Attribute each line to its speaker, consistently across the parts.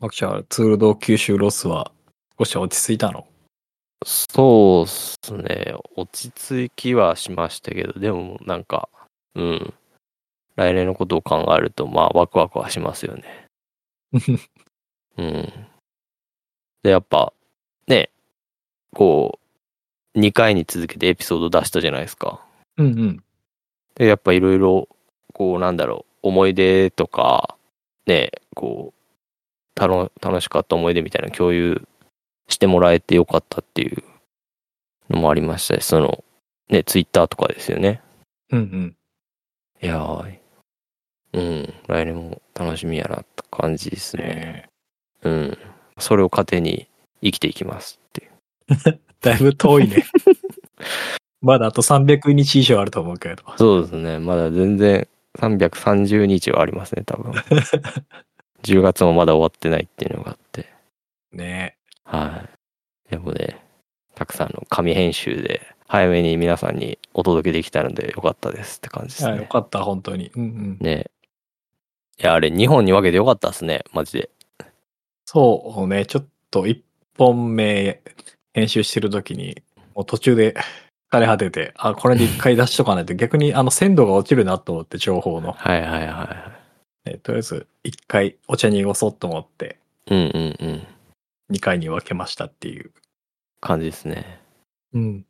Speaker 1: マキちゃん、ツールド九州ロスは少し落ち着いたの
Speaker 2: そうっすね。落ち着きはしましたけど、でもなんか、うん。来年のことを考えると、まあ、ワクワクはしますよね。うん。で、やっぱ、ね、こう、2回に続けてエピソード出したじゃないですか。
Speaker 1: うんうん。
Speaker 2: で、やっぱいろいろ、こう、なんだろう、思い出とか、ね、こう、たの楽しかった思い出みたいなの共有してもらえてよかったっていうのもありましたし、その、ね、ツイッターとかですよね。
Speaker 1: うんうん。
Speaker 2: いやー、うん、来年も楽しみやなって感じですね。
Speaker 1: ね
Speaker 2: うん。それを糧に生きていきますっていう。
Speaker 1: え だいぶ遠い ね。まだあと300日以上あると思うけど。
Speaker 2: そうですね。まだ全然330日はありますね、多 分。10月もまだ終わってないっていうのがあって。
Speaker 1: ね
Speaker 2: はい。でもね、たくさんの紙編集で早めに皆さんにお届けできたのでよかったですって感じで
Speaker 1: え。
Speaker 2: す
Speaker 1: は
Speaker 2: ね。
Speaker 1: い、よかった、本当に。うんうん。
Speaker 2: ねいや、あれ、2本に分けてよかったですね、マジで。
Speaker 1: そうね、ちょっと1本目編集してる時に、もう途中で疲れ果てて、あ、これで1回出しとかない と逆にあの鮮度が落ちるなと思って、情報の。
Speaker 2: はいはいはいは
Speaker 1: えとりあえず1回お茶に汚そうと思って、
Speaker 2: い。うんうんうん。
Speaker 1: 2回に分けましたっていう。
Speaker 2: 感じですね。
Speaker 1: うん。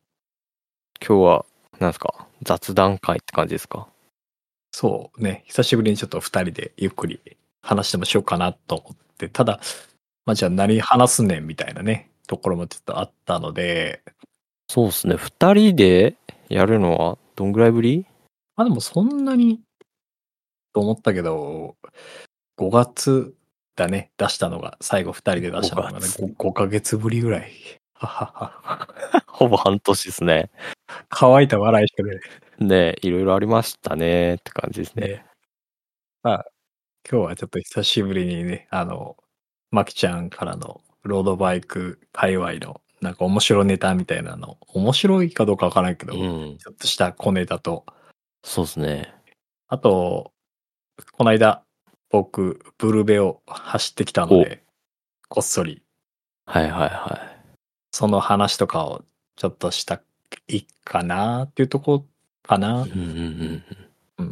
Speaker 2: 今日は、なんですか、雑談会って感じですか
Speaker 1: そうね、久しぶりにちょっと2人でゆっくり話でもしようかなと思って、ただ、まあじゃあ何話すねんみたいなね、ところもちょっとあったので、
Speaker 2: そうですね。二人でやるのはどんぐらいぶり
Speaker 1: まあでもそんなにと思ったけど、5月だね、出したのが、最後2人で出したのが、ね、
Speaker 2: 5月
Speaker 1: 5, ヶ月ぶりぐらい。ははは
Speaker 2: ほぼ半年ですね。
Speaker 1: 乾いた笑いしか出ない。
Speaker 2: ねいろいろありましたねって感じですね。
Speaker 1: ねまあ、今日はちょっと久しぶりにね、あの、まきちゃんからのロードバイク界隈のなんか面白ネタみたいなの、面白いかどうかわからんけど、
Speaker 2: う
Speaker 1: ちょ
Speaker 2: ん。
Speaker 1: っとした小ネタと、
Speaker 2: そうですね。
Speaker 1: あと、この間、僕、ブルベを走ってきたので、こっそり、
Speaker 2: はいはいは
Speaker 1: その話とかをちょっとしたいかなっていうとこかな、
Speaker 2: い。うんうんうん。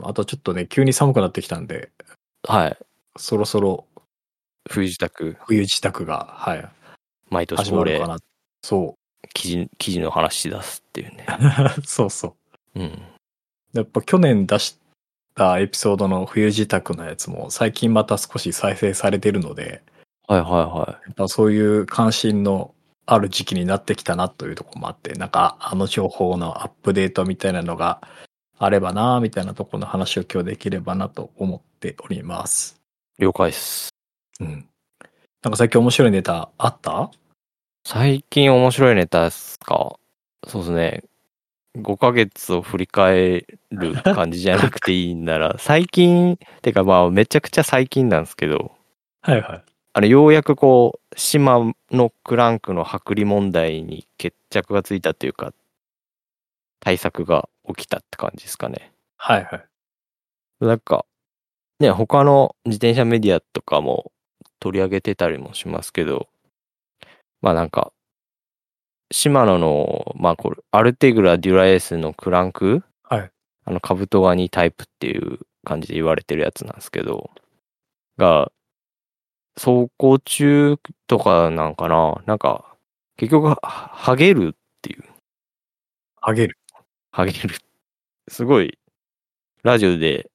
Speaker 1: うん。あとちょっとね、急に寒くなってきたんで、
Speaker 2: はい。
Speaker 1: そろそろ
Speaker 2: 冬支度、
Speaker 1: 冬支度が、はい、
Speaker 2: 毎年
Speaker 1: 始ま
Speaker 2: 恒
Speaker 1: る
Speaker 2: 例
Speaker 1: か、な。そ
Speaker 2: 記事、記事の話し出すっていうね。
Speaker 1: う。 そうそう。
Speaker 2: うん。
Speaker 1: やっぱ去年出したエピソードの冬支度のやつも最近また少し再生されてるので、
Speaker 2: はいはいは
Speaker 1: やっぱそういう関心のある時期になってきたなというところもあって、なんかあの情報のアップデートみたいなのがあればなみたいなところの話を今日できればなと思っております。
Speaker 2: い。了解っす。
Speaker 1: うん。なんか最近面白いネタあった
Speaker 2: 最近面白いネタですかそうですね。5ヶ月を振り返る感じじゃなくていいんなら、最近、てかまあめちゃくちゃ最近なんですけど、
Speaker 1: はいはい。
Speaker 2: あれようやくこう島のクランクの剥離問題に決着がついたというか対策が起きたって感じですかね。
Speaker 1: はいはい。
Speaker 2: なんかね他の自転車メディアとかも取り上げてたりもしますけどまあなんか島野の、まあ、これアルテグラ・デュラエースのクランク、
Speaker 1: はい
Speaker 2: あのカブトガニタイプっていう感じで言われてるやつなんですけどが走行中とかなんかななんか結局ははげる
Speaker 1: あげる。
Speaker 2: ハゲる。すごい、ラジオで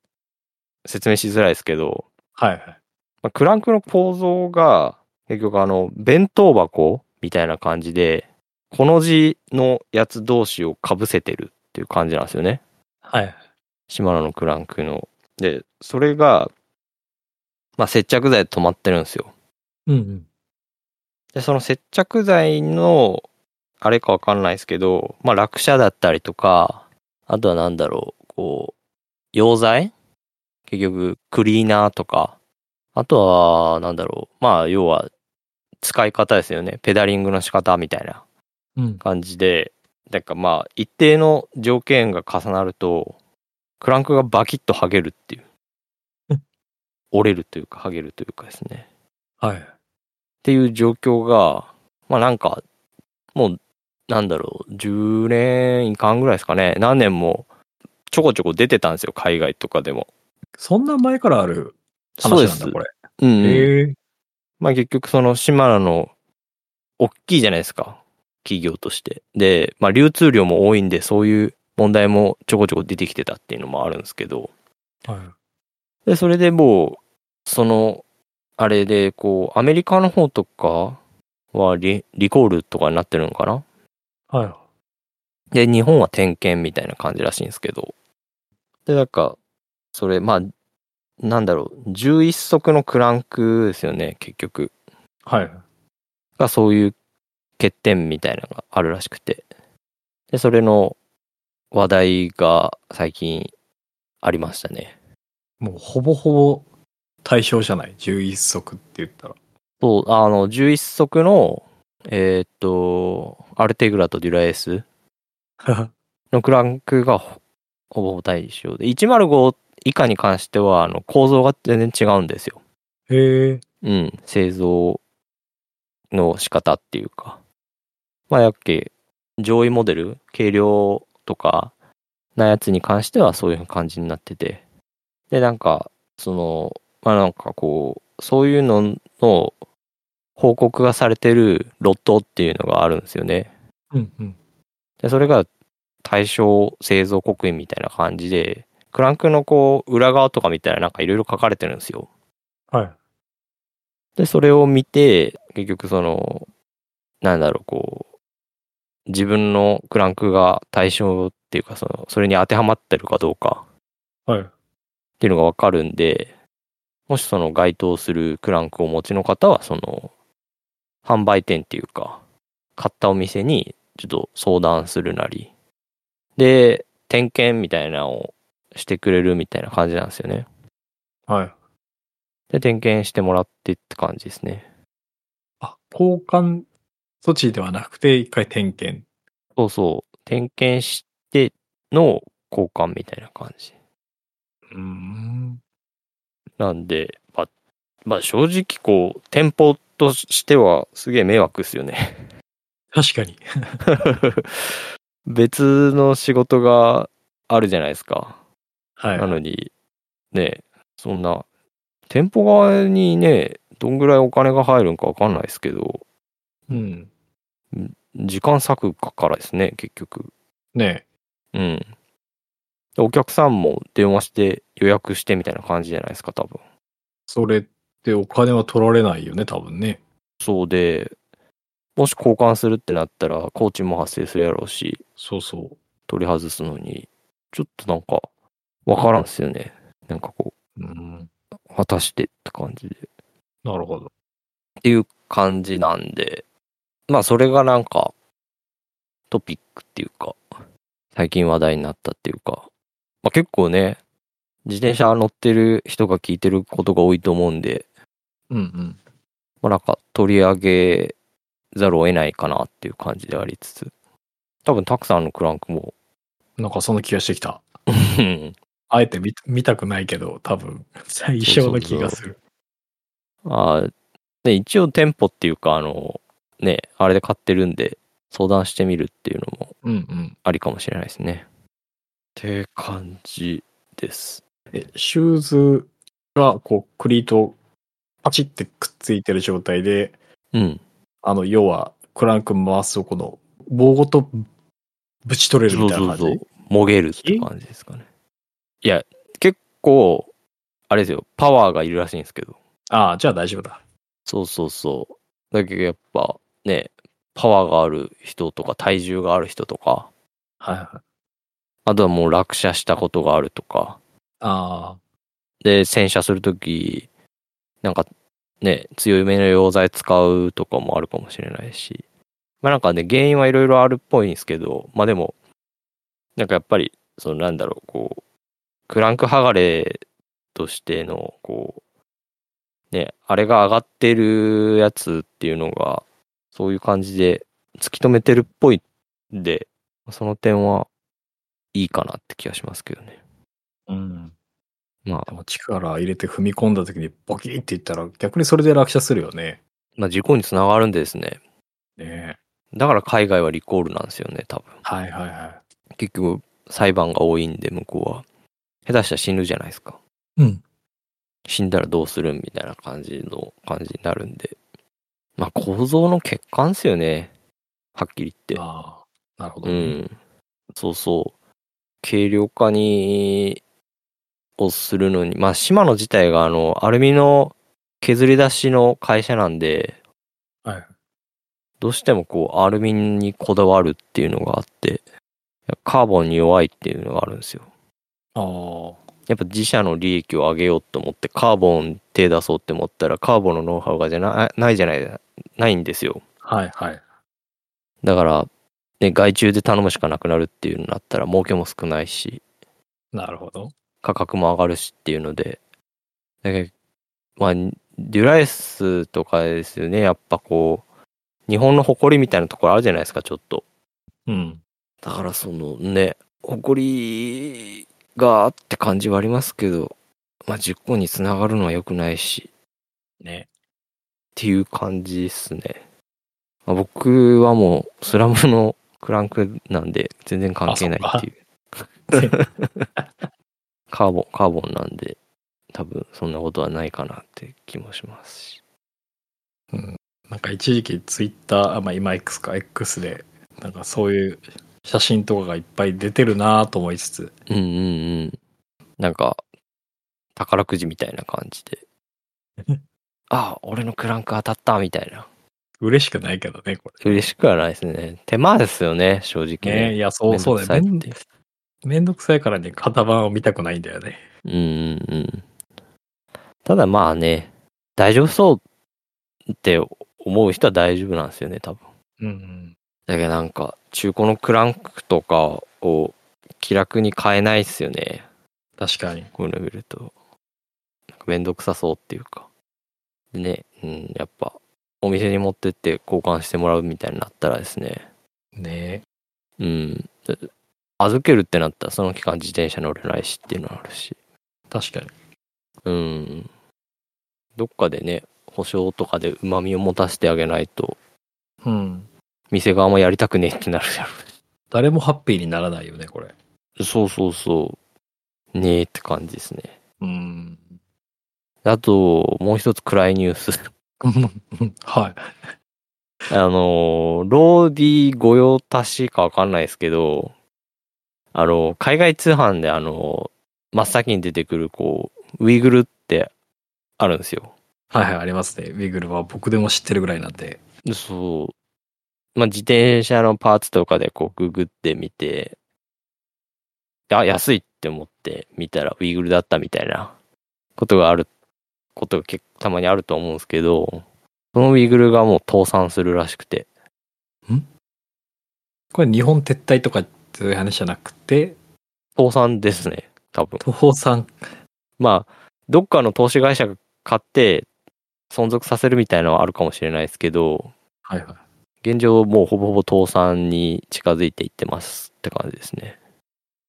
Speaker 2: 説明しづらいですけど、
Speaker 1: はいはい。
Speaker 2: まあクランクの構造が、結局あの、弁当箱みたいな感じで、この字のやつ同士をかぶせてるっていう感じなんですよね。
Speaker 1: はいはい。
Speaker 2: シマノのクランクの。で、それが、まあ、接着剤で止まってるんですよ。
Speaker 1: うんうん。
Speaker 2: で、その接着剤の、あれかわかんないですけど、まあ、落車だったりとか、あとはなんだろう、こう、溶剤結局、クリーナーとか、あとは、なんだろう、まあ、要は、使い方ですよね。ペダリングの仕方みたいな
Speaker 1: うん。
Speaker 2: 感じで、なんかまあ、一定の条件が重なると、クランクがバキッと剥げるっていう
Speaker 1: うん。
Speaker 2: 折れるというか、剥げるというかですね。
Speaker 1: はい。
Speaker 2: っていう状況が、まあなんか、もう、なんだろう、10年いかんぐらいですかね。何年も、ちょこちょこ出てたんですよ、海外とかでも。
Speaker 1: そんな前からある話なんだ、これ。
Speaker 2: うんうん、
Speaker 1: へえ
Speaker 2: まあ結局そのシマラの大きいじゃないですか。企業として。で、まあ流通量も多いんで、そういう問題もちょこちょこ出てきてたっていうのもあるんですけど。
Speaker 1: は。
Speaker 2: で、それでもう、その、あれで、こう、アメリカの方とかはリリコールとかになってるのかない
Speaker 1: はい。
Speaker 2: で、日本は点検みたいな感じらしいんですけど。で、なんか、それ、まあ、なんだろう、11足のクランクですよね、結局。
Speaker 1: はい。
Speaker 2: がそういう欠点みたいなのがあるらしくて。で、それの話題が最近ありましたね。
Speaker 1: もうほぼほぼ対象じゃない。11足って言ったら。
Speaker 2: そう、あの、11足の、えーっと、アルテグラとデュラエースのクランクがほほぼほぼ対象で、105以下に関しては、あの、構造が全然違うんですよ。
Speaker 1: へえ。
Speaker 2: うん、製造の仕方っていうか。まあ、やっけ、上位モデル、軽量とか、なやつに関してはそういう感じになってて。で、なんか、その、まあなんかこう、そういうのの報告がされてるロットっていうのがあるんですよね。
Speaker 1: うんうん。
Speaker 2: で、それが対象製造刻印みたいな感じで、クランクのこう、裏側とか見たらなんかいろいろ書かれてるんですよ。
Speaker 1: はい。
Speaker 2: で、それを見て、結局その、なんだろう、こう、自分のクランクが対象っていうか、その、それに当てはまってるかどうかっ
Speaker 1: はい。
Speaker 2: ていうのがわかるんで、もしその該当するクランクをお持ちの方は、その、販売店っていうか、買ったお店にちょっと相談するなり、で、点検みたいなのをしてくれるみたいな感じなんですよね。
Speaker 1: はい。
Speaker 2: で、点検してもらってって感じですね。
Speaker 1: あ、交換措置ではなくて、一回点検。
Speaker 2: そうそう。点検しての交換みたいな感じ。
Speaker 1: うーん。
Speaker 2: なんで、まあ、まあ、正直こう、店舗としてはすげえ迷惑ですよね。
Speaker 1: 確かに。
Speaker 2: 別の仕事があるじゃないですか。
Speaker 1: はい。
Speaker 2: なのに、ね、そんな、店舗側にね、どんぐらいお金が入るんかわかんないですけど、
Speaker 1: うん。
Speaker 2: 時間割くからですね、結局。
Speaker 1: ね
Speaker 2: うん。でお客さんも電話して予約してみたいな感じじゃないですか、多分。
Speaker 1: それってお金は取られないよね、多分ね。
Speaker 2: そうで、もし交換するってなったら、工賃も発生するやろうし、
Speaker 1: そうそ
Speaker 2: 取り外すのに、ちょっとなんか、わからんっすよね。なんかこ
Speaker 1: う。うん。
Speaker 2: う、果たしてって感じで。っ
Speaker 1: なるほど。
Speaker 2: ていう感じなんで、まあそれがなんか、トピックっていうか、最近話題になったっていうか、まあ結構ね、自転車乗ってる人が聞いてることが多いと思うんで、
Speaker 1: うんうん。
Speaker 2: まあ、なんか取り上げざるを得ないかなっていう感じでありつつ、多分たくさんのクランクも、
Speaker 1: なんかその気がしてきた。
Speaker 2: うん
Speaker 1: あえて見見たくないけど、多分、最小の気がする。
Speaker 2: あーね、一応店舗っていうか、あの、ね、あれで買ってるんで、相談してみるっていうのも
Speaker 1: うんうん。
Speaker 2: ありかもしれないですね。って感じです。
Speaker 1: え、シューズが、こう、クリート、パチってくっついてる状態で、
Speaker 2: うん。
Speaker 1: あの、要は、クランク回すとこの、棒ごとぶち取れる
Speaker 2: そ
Speaker 1: み
Speaker 2: う
Speaker 1: たいな
Speaker 2: そ
Speaker 1: 感
Speaker 2: う
Speaker 1: じ。
Speaker 2: そう。もげるって感じですかね。いや、結構、あれですよ、パワーがいるらしいんですけど。
Speaker 1: ああ、じゃあ大丈夫だ。
Speaker 2: そうそうそう。だけどやっぱね、パワーがある人とか体重がある人とか、
Speaker 1: はいはい。
Speaker 2: あとはもう落車したことがあるとか、
Speaker 1: あ
Speaker 2: で、洗車するとき、なんかね、強めの溶剤使うとかもあるかもしれないし、まあなんかね、原因はいろいろあるっぽいんですけど、まあでも、なんかやっぱり、そのなんだろう、こう、クランク剥がれとしての、こう、ね、あれが上がってるやつっていうのが、そういう感じで突き止めてるっぽいんで、その点はいいかなって気がしますけどね。
Speaker 1: あ。うん。
Speaker 2: まあ
Speaker 1: で、も力入れて踏み込んだ時にボキっていったら、逆にそれで落車するよね。
Speaker 2: まあ、事故につながるんでですね。
Speaker 1: ね
Speaker 2: だから海外はリコールなんですよね、多分。
Speaker 1: はいはいは
Speaker 2: 結局、裁判が多いんで、向こうは。下手したら死ぬじゃないですか。
Speaker 1: い。うん。
Speaker 2: 死んだらどうするんみたいな感じの感じになるんで。まあ、構造の欠陥ですよね。はっきり言って。
Speaker 1: ああ、なるほど。
Speaker 2: う。ん。そうそう。軽量化に、をするのに、まあ、シマノ自体が、あの、アルミの削り出しの会社なんで、
Speaker 1: はい。
Speaker 2: どうしてもこう、アルミにこだわるっていうのがあって、カーボンに弱いっていうのがあるんですよ。
Speaker 1: ああ。
Speaker 2: やっぱ自社の利益を上げようと思って、カーボン手出そうって思ったら、カーボンのノウハウがじゃなないじゃない、ないんですよ。
Speaker 1: はいはい。
Speaker 2: だから、ね、外注で頼むしかなくなるっていうのになったら、儲けも少ないし、
Speaker 1: なるほど。
Speaker 2: 価格も上がるしっていうので、だけどまあ、デュライスとかですよね、やっぱこう、日本の誇りみたいなところあるじゃないですか、ちょっと。
Speaker 1: うん。
Speaker 2: だからそのね、誇りがって感じはありますけど、まあ、10個につながるのは良くないし、っ
Speaker 1: ね。
Speaker 2: ていう感じですね。まあ、僕はもう、スラムのクランクなんで、全然関係ないっていう。カーボン、カーボンなんで、多分そんなことはないかなって気もしますし。
Speaker 1: なんか一時期ツイッター、あまあ今 X か X で、なんかそういう写真とかがいっぱい出てるなぁと思いつつ、
Speaker 2: うんうんうん。なんか、宝くじみたいな感じ で。ああ、俺のクランク当たったみたいな。
Speaker 1: 嬉しくないけどね、こ
Speaker 2: 嬉しくはないですね。手間ですよね、正直
Speaker 1: れ。ねい
Speaker 2: ね。
Speaker 1: や、そうそうだよ。め
Speaker 2: め
Speaker 1: ん
Speaker 2: んどくさいって
Speaker 1: めんどくさいからね、型番を見たくないんだよね。
Speaker 2: うんうんうん。ただまあね、大丈夫そうって思う人は大丈夫なんですよね、多分。
Speaker 1: うん。
Speaker 2: だけどなんか、中古のクランクとかを気楽に買えないっすよね。
Speaker 1: 確かに。
Speaker 2: こういうの見ると。なんかめんどくさそうっていうか。でね、うん、やっぱ、お店に持ってって交換してもらうみたいになったらですね、
Speaker 1: ね
Speaker 2: うん。預けるってなったら、その期間自転車乗れないしっていうのはあるし。
Speaker 1: 確かに。
Speaker 2: うん。どっかでね、保証とかで旨味を持たせてあげないと、
Speaker 1: うん。
Speaker 2: 店側もやりたくねえってなるや
Speaker 1: 誰もハッピーにならないよね、これ。
Speaker 2: ろ。そうそうそう。ねえって感じですね。
Speaker 1: うん。
Speaker 2: あと、もう一つ暗いニュース。
Speaker 1: はい。
Speaker 2: あのー、ローディ御用達かわかんないですけど、あの、海外通販であの、真っ先に出てくる、こう、ウイグルってあるんですよ。
Speaker 1: はいはい、ありますね。ウィグルは僕でも知ってるぐらいなんで。
Speaker 2: そう。まあ、自転車のパーツとかでこうググってみて、あ、安いって思って見たらウイグルだったみたいなことがある、ことが結構たまにあると思うんですけど、そのウイグルがもう倒産するらしくて、
Speaker 1: これ日本撤退とかっていう話じゃなくて、
Speaker 2: 倒産ですね、多分。
Speaker 1: 東産
Speaker 2: まあ、どっかの投資会社が買って存続させるみたいなのはあるかもしれないですけど、
Speaker 1: はいはい。
Speaker 2: 現状もうほぼほぼ倒産に近づいていってますって感じですね。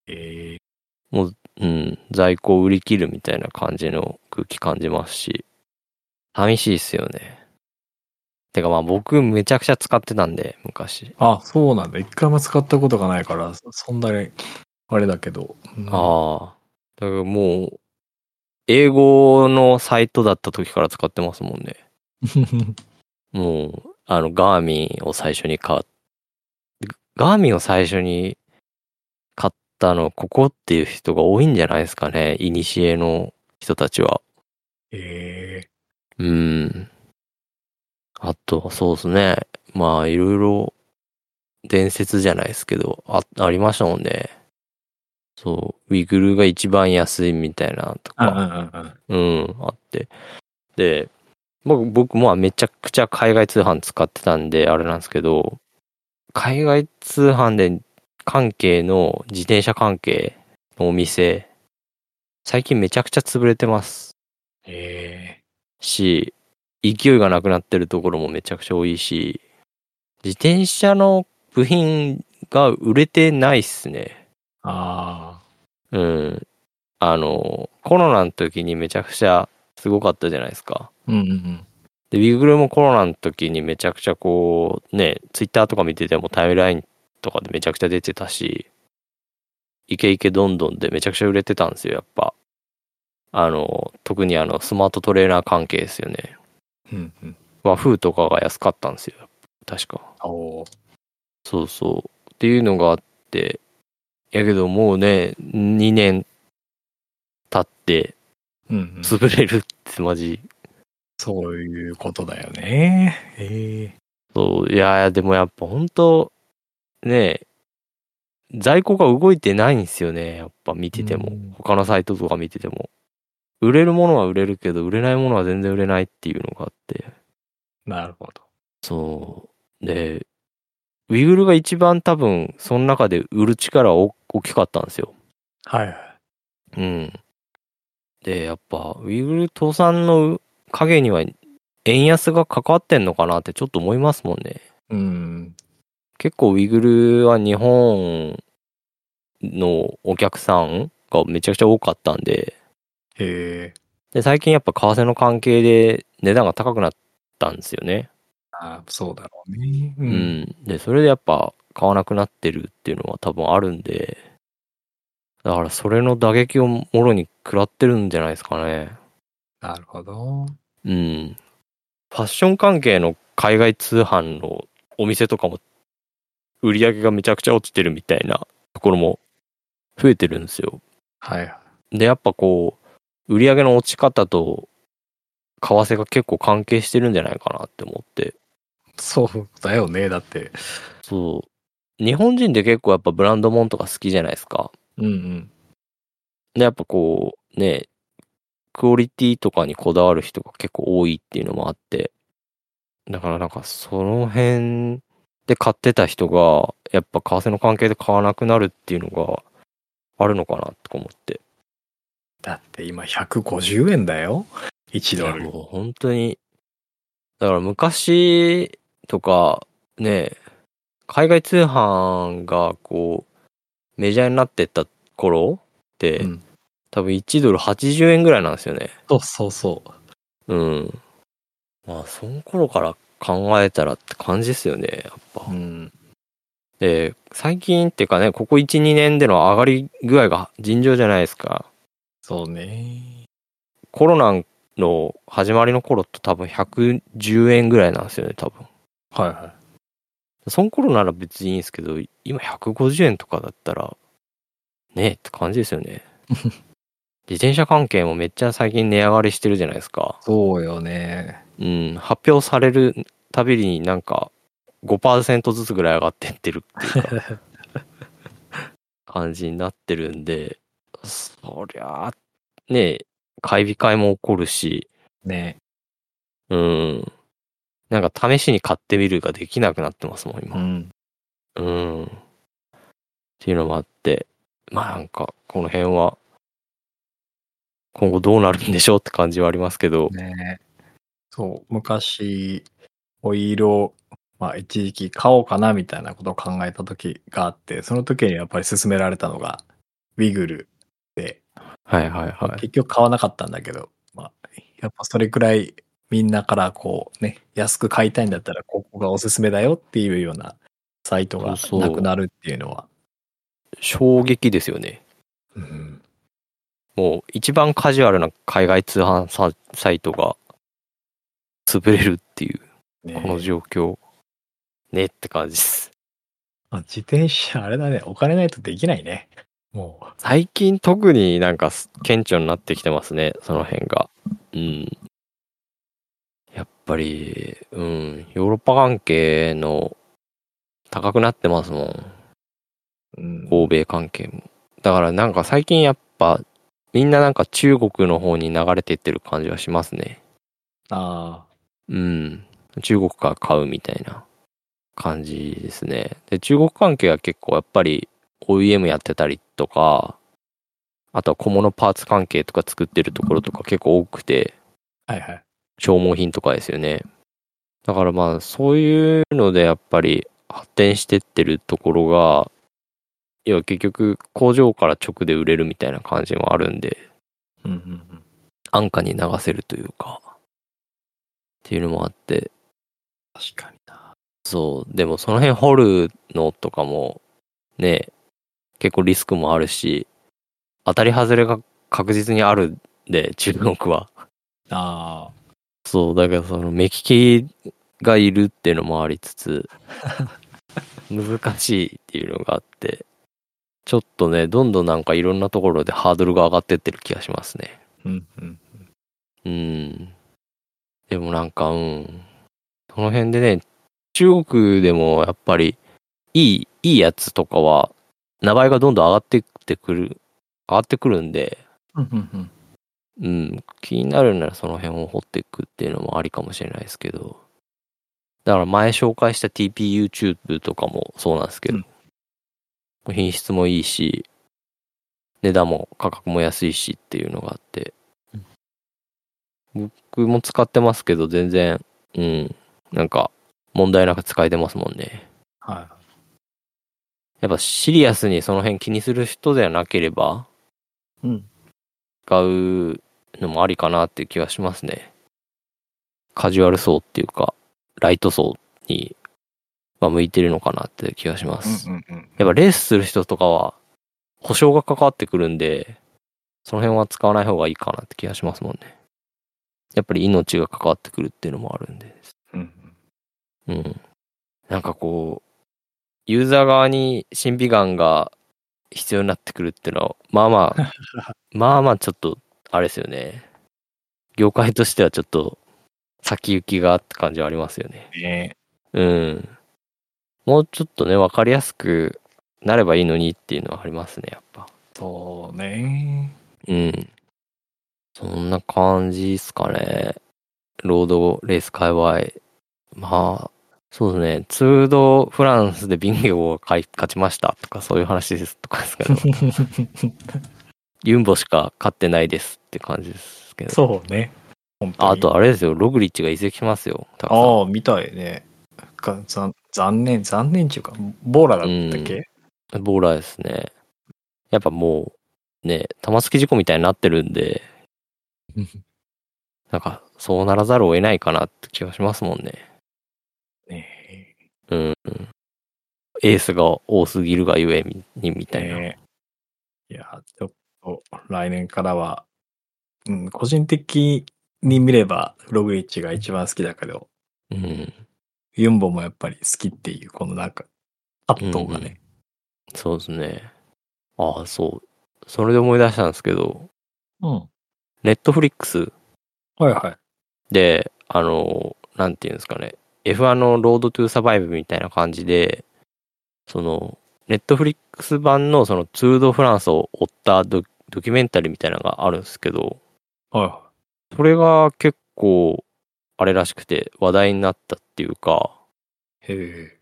Speaker 1: え
Speaker 2: うん、在庫を売り切るみたいな感じの空気感じますし、寂しいっすよね。てかまあ僕めちゃくちゃ使ってたんで、昔。
Speaker 1: あ、そうなんだ。一回も使ったことがないから、そそんなに、あれだけど。うん
Speaker 2: ああ。だからもう、英語のサイトだった時から使ってますもんね。もう、あの、ガーミンを最初に買う。ガーミンを最初に買ったの、ここっていう人が多いんじゃないですかね。いにしえの人たちは。
Speaker 1: え
Speaker 2: うん。あと、そうですね。まあ、いろいろ、伝説じゃないですけど、あ、ありましたもんね。そう、ウィグルが一番安いみたいなと
Speaker 1: うんうん
Speaker 2: か、
Speaker 1: うんうん。
Speaker 2: うん、あって。で、僕、僕もめちゃくちゃ海外通販使ってたんで、あれなんですけど、海外通販で関係の、自転車関係のお店、最近めちゃくちゃ潰れてます。
Speaker 1: え
Speaker 2: し、勢いがなくなってるところもめちゃくちゃ多いし、自転車の部品が売れてないっすね。
Speaker 1: ー、あ
Speaker 2: うん。あの、コロナの時にめちゃくちゃすごかったじゃないです
Speaker 1: あ。
Speaker 2: か。
Speaker 1: うんうん
Speaker 2: で、ビグルもコロナの時にめちゃくちゃこう、ね、ツイッターとか見ててもタイムラインとかでめちゃくちゃ出てたし、イケイケどんどんでめちゃくちゃ売れてたんですよ、やっぱ。あの、特にあの、スマートトレーナー関係ですよね。
Speaker 1: うんうん。
Speaker 2: 和風とかが安かったんですよ、確か。
Speaker 1: おー
Speaker 2: そうそう。っていうのがあって、やけどもうね、2年経って
Speaker 1: うんうん、
Speaker 2: 潰れるってマジ。
Speaker 1: そういうことだよね。え
Speaker 2: そう、いやいや、でもやっぱ本当ね在庫が動いてないんですよね。やっぱ見てても
Speaker 1: うん。
Speaker 2: 他のサイトとか見てても。売れるものは売れるけど、売れないものは全然売れないっていうのがあって。
Speaker 1: ーなるほど。
Speaker 2: そう。で、ウィグルが一番多分、その中で売る力は大大きかったんですよ。
Speaker 1: はいはい。
Speaker 2: うん。で、やっぱ、ウイグル倒産の影には、円安が関わってんのかなってちょっと思いますもんね。
Speaker 1: うん。
Speaker 2: 結構ウイグルは日本のお客さんがめちゃくちゃ多かったんで、
Speaker 1: えー、
Speaker 2: で、最近やっぱ為替の関係で値段が高くなったんですよね。
Speaker 1: あーそうだろうね。う
Speaker 2: う。ん。で、それでやっぱ買わなくなってるっていうのは多分あるんで、だからそれの打撃をもろに食らってるんじゃないですかね。
Speaker 1: なるほど。
Speaker 2: うん。ファッション関係の海外通販のお店とかも、売り上げがめちゃくちゃ落ちてるみたいなところも増えてるんですよ。
Speaker 1: はいはい。
Speaker 2: で、やっぱこう、売り上げの落ち方と、為替が結構関係してるんじゃないかなって思って。
Speaker 1: そうだよね。だって。
Speaker 2: そう。日本人って結構やっぱブランドもんとか好きじゃないですか。
Speaker 1: うんうん。
Speaker 2: で、やっぱこう、ね、クオリティとかにこだわる人が結構多いっていうのもあって、だからなんかその辺で買ってた人が、やっぱ為替の関係で買わなくなるっていうのがあるのかなとか思って。
Speaker 1: だって今150円だよ。1ド
Speaker 2: いや
Speaker 1: ル。
Speaker 2: もう本当に、だから昔とか、ね、海外通販がこう、メジャーになってった頃って、
Speaker 1: うん
Speaker 2: 多分1ドル80円ぐらいなんですよね。
Speaker 1: そうそうそう。
Speaker 2: うん。まあ、その頃から考えたらって感じですよね、やっぱ
Speaker 1: う。ん。
Speaker 2: で、最近っていうかね、ここ1、2年での上がり具合が尋常じゃないですか。
Speaker 1: そうね。
Speaker 2: コロナの始まりの頃って多分110円ぐらいなんですよね、多分。
Speaker 1: はいは
Speaker 2: その頃なら別にいいんですけど、今150円とかだったら、ねえって感じですよね。自転車関係もめっちゃ最近値上がりしてるじゃないですか。
Speaker 1: い。そうよね。
Speaker 2: うん、発表されるたびになんか5%ずつぐらい上がってってるっていうか感じになってるんで、そりゃあ、ねえ、買い控えも起こるし、
Speaker 1: ね。
Speaker 2: うん、なんか試しに買ってみるができなくなってますもん、
Speaker 1: う
Speaker 2: 今。
Speaker 1: ん。
Speaker 2: うん。っていうのもあって、まあなんか、この辺は、今後どうなるんでしょうって感じはありますけど、
Speaker 1: ねそう、昔、ホイールを、まあ、一時期買おうかなみたいなことを考えた時があって、その時にやっぱり勧められたのが、ウィグルで、
Speaker 2: はいはいはい。
Speaker 1: 結局買わなかったんだけど、まあ、やっぱそれくらいみんなからこうね、安く買いたいんだったら、ここがおすすめだよっていうようなサイトが
Speaker 2: そうそう
Speaker 1: なくなるっていうのは。
Speaker 2: 衝撃ですよね。
Speaker 1: うん
Speaker 2: もう一番カジュアルな海外通販ササイトが潰れるっていう、
Speaker 1: ね
Speaker 2: この状況。ねって感じです。
Speaker 1: まあ自転車、あれだね、お金ないとできないね。もう。
Speaker 2: 最近特になんかす顕著になってきてますね、その辺が。うん。やっぱり、うん、ヨーロッパ関係の高くなってますもん。
Speaker 1: うん
Speaker 2: 欧米関係も。だからなんか最近やっぱ、みんななんか中国の方に流れていってる感じはしますね。
Speaker 1: あ
Speaker 2: うん。中国から買うみたいな感じですね。で、中国関係は結構やっぱり OEM やってたりとか、あとは小物パーツ関係とか作ってるところとか結構多くて、
Speaker 1: あ、はいはい。
Speaker 2: 消耗品とかですよね。だからまあそういうのでやっぱり発展してってるところが、要は結局工場から直で売れるみたいな感じもあるんで、
Speaker 1: うんうんうん
Speaker 2: 安価に流せるというか、っていうのもあって、
Speaker 1: 確かにな。
Speaker 2: そう、でもその辺掘るのとかも、ね、結構リスクもあるし、当たり外れが確実にあるんで、中国は。
Speaker 1: あ
Speaker 2: そう、だからその目利きがいるっていうのもありつつ、難しいっていうのがあって、ちょっとね、どんどんなんかいろんなところでハードルが上がってってる気がしますね。
Speaker 1: ーうんうん。
Speaker 2: うん。でもなんか、うん。その辺でね、中国でもやっぱり、いい、いいやつとかは、名前がどんどん上がってってくる、上がってくるんで、
Speaker 1: うんうんうん。
Speaker 2: うん、気になるならその辺を掘っていくっていうのもありかもしれないですけど。だから前紹介した TPUTube とかもそうなんですけど、品質もいいし、値段も価格も安いしっていうのがあって、僕も使ってますけど全然、うん、なんか問題なく使えてますもんね。
Speaker 1: は
Speaker 2: やっぱシリアスにその辺気にする人ではなければ、
Speaker 1: い。うん。
Speaker 2: 使うのもありかなっていう気がしますね。カジュアル層っていうか、ライト層には向いてるのかなって気がします。
Speaker 1: うんうんうん。
Speaker 2: やっぱレースする人とかは、保証が関わってくるんで、その辺は使わない方がいいかなって気がしますもんね。やっぱり命が関わってくるっていうのもあるんで。
Speaker 1: うんうん
Speaker 2: うん。なんかこう、ユーザー側に審美眼が必要になってくるっていうのは、まあまあ、まあまあちょっと、あれですよね。業界としてはちょっと、先行きがって感じはありますよね。
Speaker 1: ね
Speaker 2: うん。もうちょっとね、わかりやすくなればいいのにっていうのはありますね、やっぱ。
Speaker 1: そうね。
Speaker 2: うん。そんな感じですかね。ロードレース界隈。まあ、そうですね。ツールドフランスでビンゲを買い勝ちましたとか、そういう話ですとかで すけど、ユンボしか勝ってないですって感じですけ ど。
Speaker 1: そうね。本当に
Speaker 2: あと、あれですよ。ログリッチが移籍しますよ。たくさん
Speaker 1: ああ、見たいね。が残残念、残念っていうか、ボーラだったっけ、
Speaker 2: ボーラーですね。やっぱもう、ね、玉突き事故みたいになってるんで、 なんか、そうならざるを得ないかなって気がしますもんね。
Speaker 1: ね
Speaker 2: うん。エースが多すぎるがゆえに、みたいな。
Speaker 1: ねいや、ちょっと来年からは、うん、個人的に見ればログリッチが一番好きだけど、
Speaker 2: うん。
Speaker 1: ユンボもやっぱり好きっていう、このなんか、葛藤がね。
Speaker 2: そうですね。ああ、そう。それで思い出したんですけど、
Speaker 1: うん、
Speaker 2: ネットフリックス
Speaker 1: はいはい。
Speaker 2: で、あの、なんていうんですかね、F1 のロードトゥーサバイブみたいな感じで、その、ネットフリックス版のそのツールドフランスを追ったドドキュメンタリーみたいなのがあるんですけど、
Speaker 1: はいは
Speaker 2: それが結構、あれらしくて話題になったっていうか、
Speaker 1: い。へ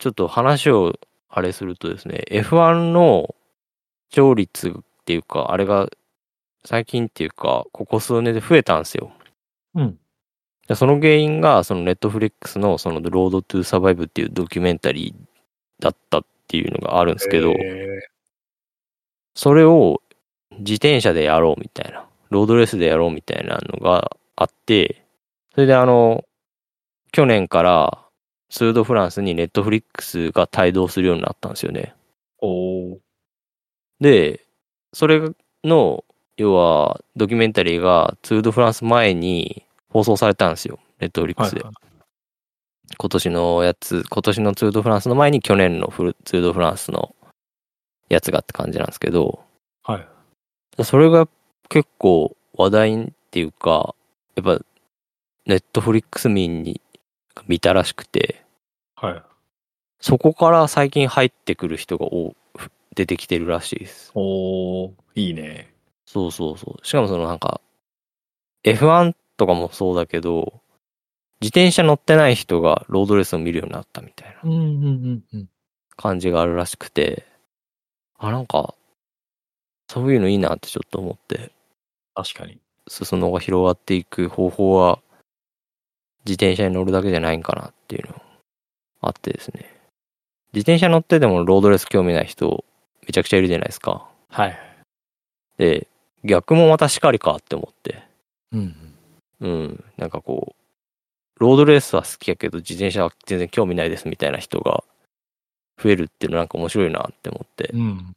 Speaker 2: ちょっと話をあれするとですね、F1 の視聴率っていうか、あれが最近っていうか、ここ数年で増えたんですよ。
Speaker 1: うん
Speaker 2: で。その原因が、そのネットフリックスのそのロードトゥーサバイブっていうドキュメンタリーだったっていうのがあるんですけど、
Speaker 1: え
Speaker 2: それを自転車でやろうみたいな、ロードレースでやろうみたいなのがあって、それであの、去年からツールドフランスにネットフリックスが帯同するようになったんですよね。
Speaker 1: おー
Speaker 2: で、それの、要はドキュメンタリーがツールドフランス前に放送されたんですよ。ネットフリック
Speaker 1: はい
Speaker 2: スで。
Speaker 1: はい
Speaker 2: 今年のやつ、今年のツールドフランスの前に去年のフルツールドフランスのやつがって感じなんですけど、
Speaker 1: はい。
Speaker 2: それが結構話題っていうか、やっぱ、ネットフリックス民に見たらしくて、
Speaker 1: はい。
Speaker 2: そこから最近入ってくる人が多出てきてるらしいです。
Speaker 1: おーいいね。
Speaker 2: そうそうそう。しかもそのなんか、F1 とかもそうだけど、自転車乗ってない人がロードレースを見るようになったみたいな。
Speaker 1: うんうんうんうん。
Speaker 2: 感じがあるらしくて、あ、なんか、そういうのいいなってちょっと思って、
Speaker 1: 確かに。
Speaker 2: 裾野が広がっていく方法は、自転車に乗るだけじゃないんかなっていうのあってですね。自転車乗ってでもロードレース興味ない人、めちゃくちゃいるじゃないですか。
Speaker 1: はい。
Speaker 2: で、逆もまたしかりかって思って、
Speaker 1: うんうん。
Speaker 2: うん、なんかこう、ロードレースは好きやけど、自転車は全然興味ないですみたいな人が増えるっていうのなんか面白いなって思って、
Speaker 1: うん。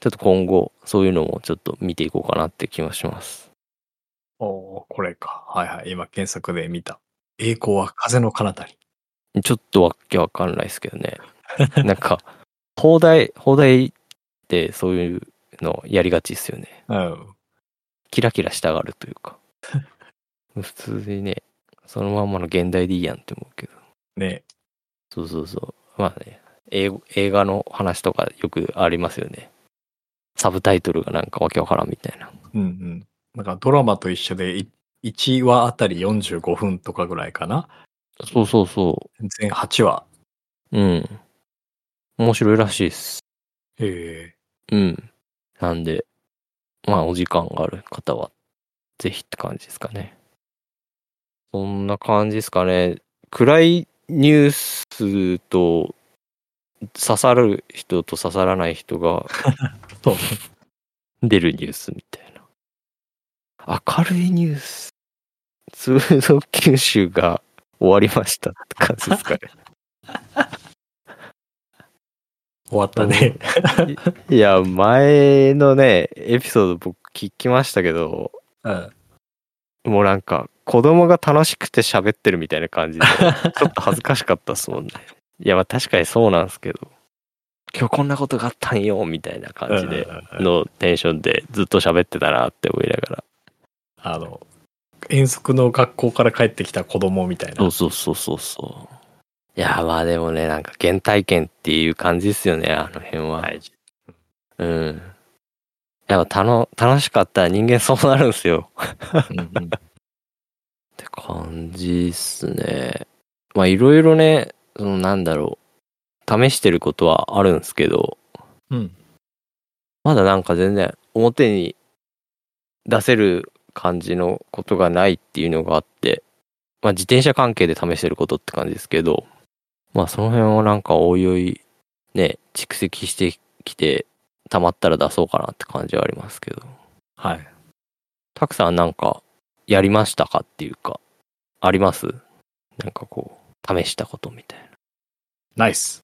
Speaker 2: ちょっと今後、そういうのもちょっと見ていこうかなって気がします。
Speaker 1: おおこれか。はいはい。今検索で見た。栄光は風の彼方に。
Speaker 2: ちょっとわけわかんないですけど ね。なんか、放題、放題ってそういうのやりがちですよね。
Speaker 1: うん。
Speaker 2: キラキラしたがるという か。普通にね、そのまんまの現代でいいやんって思うけど。
Speaker 1: ね。
Speaker 2: そうそうそう。まあね、英語映画の話とかよくありますよね。サブタイトルがなんかわけわからんみたいな。
Speaker 1: うんうん。なんかドラマと一緒で、い1話あたり45分とかぐらいかな。
Speaker 2: そうそうそ
Speaker 1: 全8話。
Speaker 2: う。うん。面白いらしいっす。
Speaker 1: へえ。
Speaker 2: うん。なんで、まあ、お時間がある方は、ぜひって感じですかね。そんな感じですかね。暗いニュースと、刺さる人と刺さらない人が
Speaker 1: そう。
Speaker 2: 出るニュースみたいな。明るいニュース。ツールド九州が終わりましたって感じですかね。
Speaker 1: 終わったね。
Speaker 2: い や、前のね、エピソード僕聞きましたけど、
Speaker 1: うん。
Speaker 2: もうなんか子供が楽しくて喋ってるみたいな 感じでちょっと恥ずかしかったっすもんね。いやまあ確かにそうなんですけど今日こんなことがあったんよみたいな感じで
Speaker 1: うんうんうん
Speaker 2: のテンションでずっと喋ってたなって思いながら。
Speaker 1: あの、遠足の学校から帰ってきた子供みたいな。
Speaker 2: そうそうそうそう。いやまあでもねなんか原体験っていう感じですよねあの辺は。
Speaker 1: 大事。
Speaker 2: うん。やっぱ楽楽しかったら人間そうなるんすよ。
Speaker 1: うんうん
Speaker 2: って感じっすね。まあいろいろね、そのなんだろう、試してることはあるんですけど、
Speaker 1: うん。
Speaker 2: まだなんか全然表に出せる感じのことがないっていうのがあって、まあ自転車関係で試してることって感じですけど、まあその辺をなんかおいおいね、蓄積してきて、溜まったら出そうかなって感じはありますけど。
Speaker 1: はい。
Speaker 2: たくさんなんかやりましたかっていうかありますなんかこう試したことみたい
Speaker 1: ナイス。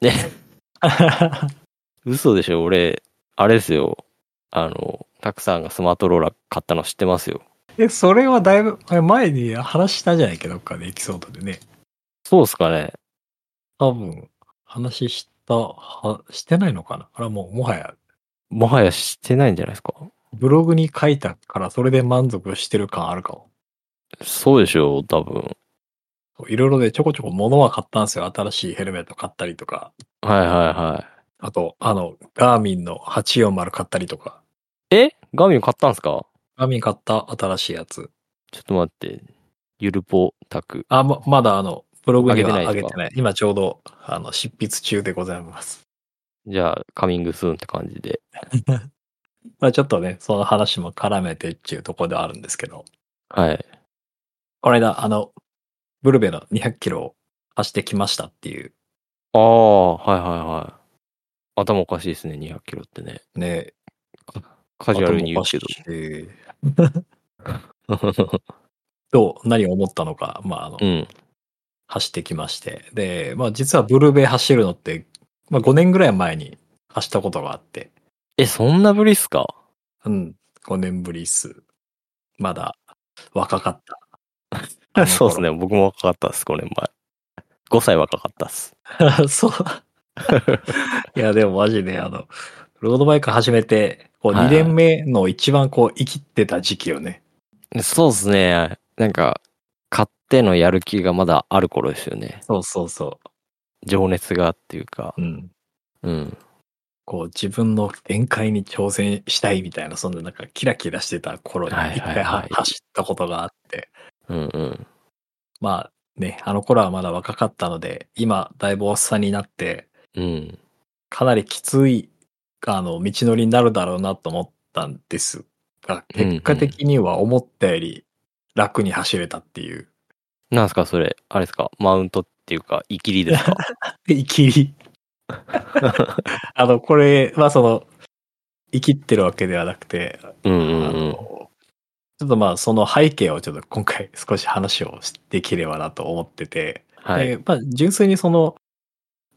Speaker 2: なね 嘘でしょ俺あれですよあのたくさんがスマートローラー買ったの知ってますよ
Speaker 1: え、それはだいぶあれ前に話したじゃないけど、どっかでエピソードでね。
Speaker 2: そうっすかね
Speaker 1: 多分、話した、は、してないのかなあれはもう、もはや、
Speaker 2: もはや知ってないんじゃないですか
Speaker 1: ブログに書いたから、それで満足してる感あるかも。
Speaker 2: そうでしょ多分
Speaker 1: そういろいろでちょこちょこ物は買ったんですよ。新しいヘルメット買ったりとか。
Speaker 2: はいはいは
Speaker 1: あと、あの、ガーミンの840買ったりとか。
Speaker 2: いえガミン買ったんすか
Speaker 1: ガーミン買った新しいやつ。
Speaker 2: ちょっと待ってゆるぽタク
Speaker 1: あ、ま、まだあの、ブログには上
Speaker 2: 上
Speaker 1: げ
Speaker 2: げ
Speaker 1: て
Speaker 2: て
Speaker 1: ない。今ちょうど、あの、執筆中でございます。
Speaker 2: じゃあカミングスーンって感じで
Speaker 1: まあちょっとね、その話も絡めてっていうところではあるんですけど、
Speaker 2: はい
Speaker 1: この間、あの、ブルベの200キロを走ってきましたっていう、
Speaker 2: ああはいはいはい頭おかしいですね200キロってね
Speaker 1: ね、
Speaker 2: カジュアルに言うけど。
Speaker 1: ど。
Speaker 2: う
Speaker 1: どう、何を思ったのか、まああの、
Speaker 2: ん。
Speaker 1: 走ってきまして。で、まあ実はブルベ走るのって、まあ5年ぐらい前に走ったことがあって、
Speaker 2: え、そんなぶりっすか
Speaker 1: うん、5年ぶりっす。まだ若かった。の頃
Speaker 2: そうですね。僕も若かったっす、5年前。5歳若かったっす。
Speaker 1: そう。いや、でもマジで、あの、ロードバイク始めて、こう
Speaker 2: は
Speaker 1: 2
Speaker 2: いはい
Speaker 1: 年目の一番こう、生きてた時期よね。
Speaker 2: そうですね。なんか、買ってのやる気がまだある頃ですよね。
Speaker 1: そうそうそ
Speaker 2: 情熱がっていうか。
Speaker 1: う。うん。
Speaker 2: うん。
Speaker 1: こう、自分の限界に挑戦したいみたいな、そんななんかキラキラしてた頃に
Speaker 2: はいはい
Speaker 1: 一
Speaker 2: はい
Speaker 1: 回は走ったことがあって、
Speaker 2: うんうん。
Speaker 1: まあね、あの頃はまだ若かったので、今、だいぶおっさんになって、
Speaker 2: うん。
Speaker 1: かなりきつい、あの、道のりになるだろうなと思ったんですが、
Speaker 2: うんうん
Speaker 1: 結果的には思ったより楽に走れたっていう。
Speaker 2: なんすか、それ。あれですか。マウントっていうか、イキリですか。
Speaker 1: イキリ。あの、これはその、生きってるわけではなくて、
Speaker 2: うんう
Speaker 1: あ
Speaker 2: んうん。
Speaker 1: のちょっとまあその背景をちょっと今回少し話をできればなと思ってて、
Speaker 2: はい。
Speaker 1: でまあ、純粋にその、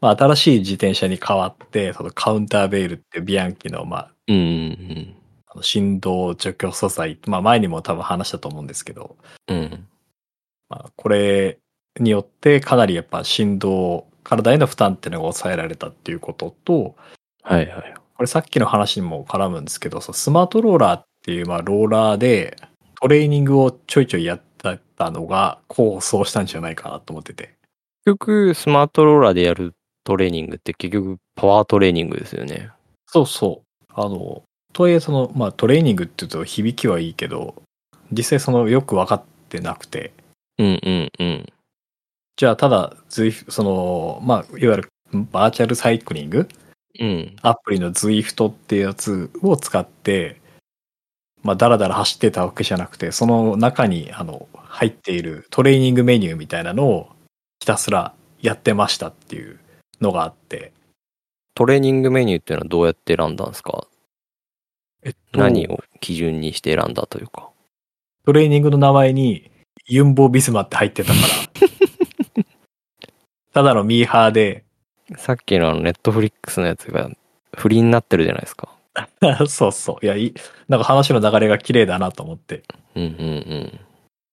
Speaker 1: まあ、新しい自転車に変わってそのカウンターベイルってビアンキの,、まあ、
Speaker 2: うんうん
Speaker 1: あの振動除去素材、まあ、前にも多分話したと思うんですけど
Speaker 2: うん。うん。
Speaker 1: まあ、これによってかなりやっぱ振動体への負担っていうのが抑えられたっていうことと
Speaker 2: はいはい。
Speaker 1: これさっきの話にも絡むんですけどそうスマートローラーっていうまあローラーでトレーニングをちょいちょいやってたのが功を奏したんじゃないかなと思ってて
Speaker 2: 結局、スマートローラーでやるトレーニングって結局パワートレーニングですよね。
Speaker 1: そうそうあのとはいえその、まあ、トレーニングっていうと響きはいいけど実際そのよく分かってなくて
Speaker 2: うんうんうん。
Speaker 1: じゃあただ随そのまあいわゆるバーチャルサイクリング
Speaker 2: うん。
Speaker 1: アプリの Zwift っていうやつを使って、まあ、だらだら走ってたわけじゃなくて、その中に、あの、入っているトレーニングメニューみたいなのをひたすらやってましたっていうのがあって。
Speaker 2: トレーニングメニューっていうのはどうやって選んだんですか
Speaker 1: えっ
Speaker 2: 何を基準にして選んだというか。
Speaker 1: トレーニングの名前に、ユンボビスマって入ってたから。 ただのミーハーで、
Speaker 2: さっきのあのネットフリックスのやつが不倫になってるじゃないですか。
Speaker 1: そうそう。いや、いいなんか話の流れが綺麗だなと思って。
Speaker 2: うんうんうん。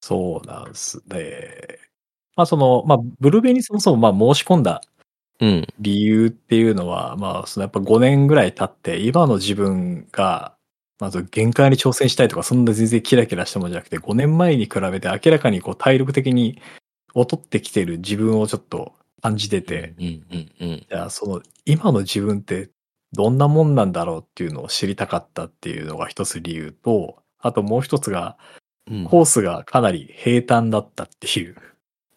Speaker 1: そうなんですね。まあその、まあブルベにそもそもまあ申し込んだ
Speaker 2: うん。
Speaker 1: 理由っていうのは、まあ、そのやっぱ5年ぐらい経って、今の自分が、まず限界に挑戦したいとか、そんな全然キラキラしたもんじゃなくて、5年前に比べて明らかにこう体力的に劣ってきてる自分をちょっと感じてて、
Speaker 2: うんうんうん。
Speaker 1: じゃあその今の自分ってどんなもんなんだろうっていうのを知りたかったっていうのが一つ理由と、あともう一つが、
Speaker 2: うん
Speaker 1: コースがかなり平坦だったっていう。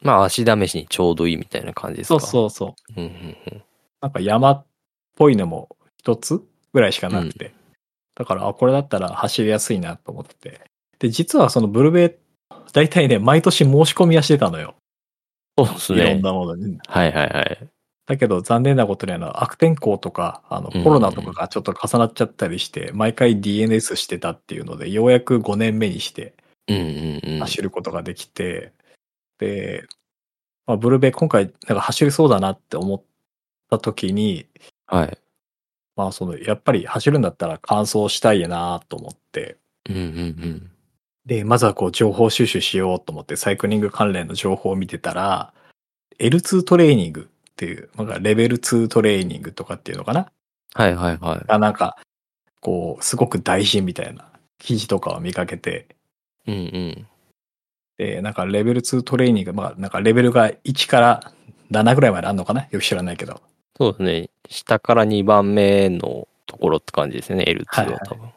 Speaker 2: まあ足試しにちょうどいいみたいな感じです
Speaker 1: そう
Speaker 2: か。う。
Speaker 1: そうそう。
Speaker 2: うんうんうん、
Speaker 1: なんか山っぽいのも一つぐらいしかなくて。だから、あ、これだったら走りやすいなと思ってて。で、実はそのブルベ、大体ね、毎年申し込みはしてたのよ。
Speaker 2: そうです
Speaker 1: いろん
Speaker 2: ね。
Speaker 1: なものに。
Speaker 2: はいはいはい。
Speaker 1: だけど、残念なことにあの、悪天候とか、あの、
Speaker 2: うん
Speaker 1: コロナとかがちょっと重なっちゃったりして、毎回 DNS してたっていうので、ようやく5年目にして
Speaker 2: うんうんうん。
Speaker 1: 走ることができて、で、まあ、ブルベ今回、なんか走りそうだなって思った時に、
Speaker 2: はい。
Speaker 1: まあそのやっぱり走るんだったら完走したいなと思って
Speaker 2: うんうん
Speaker 1: でまずはこう情報収集しようと思ってサイクリング関連の情報を見てたら L2 トレーニングっていうなんかレベル2トレーニングとかっていうのかな
Speaker 2: はいはいは
Speaker 1: がなんかこうすごく大事みたいな記事とかを見かけて
Speaker 2: い。うんうん。
Speaker 1: でなんかレベル2トレーニングまあなんかレベルが1から7ぐらいまであるのかなよく知らないけど
Speaker 2: そうですね。下から2番目のところって感じですね。L2 は多分。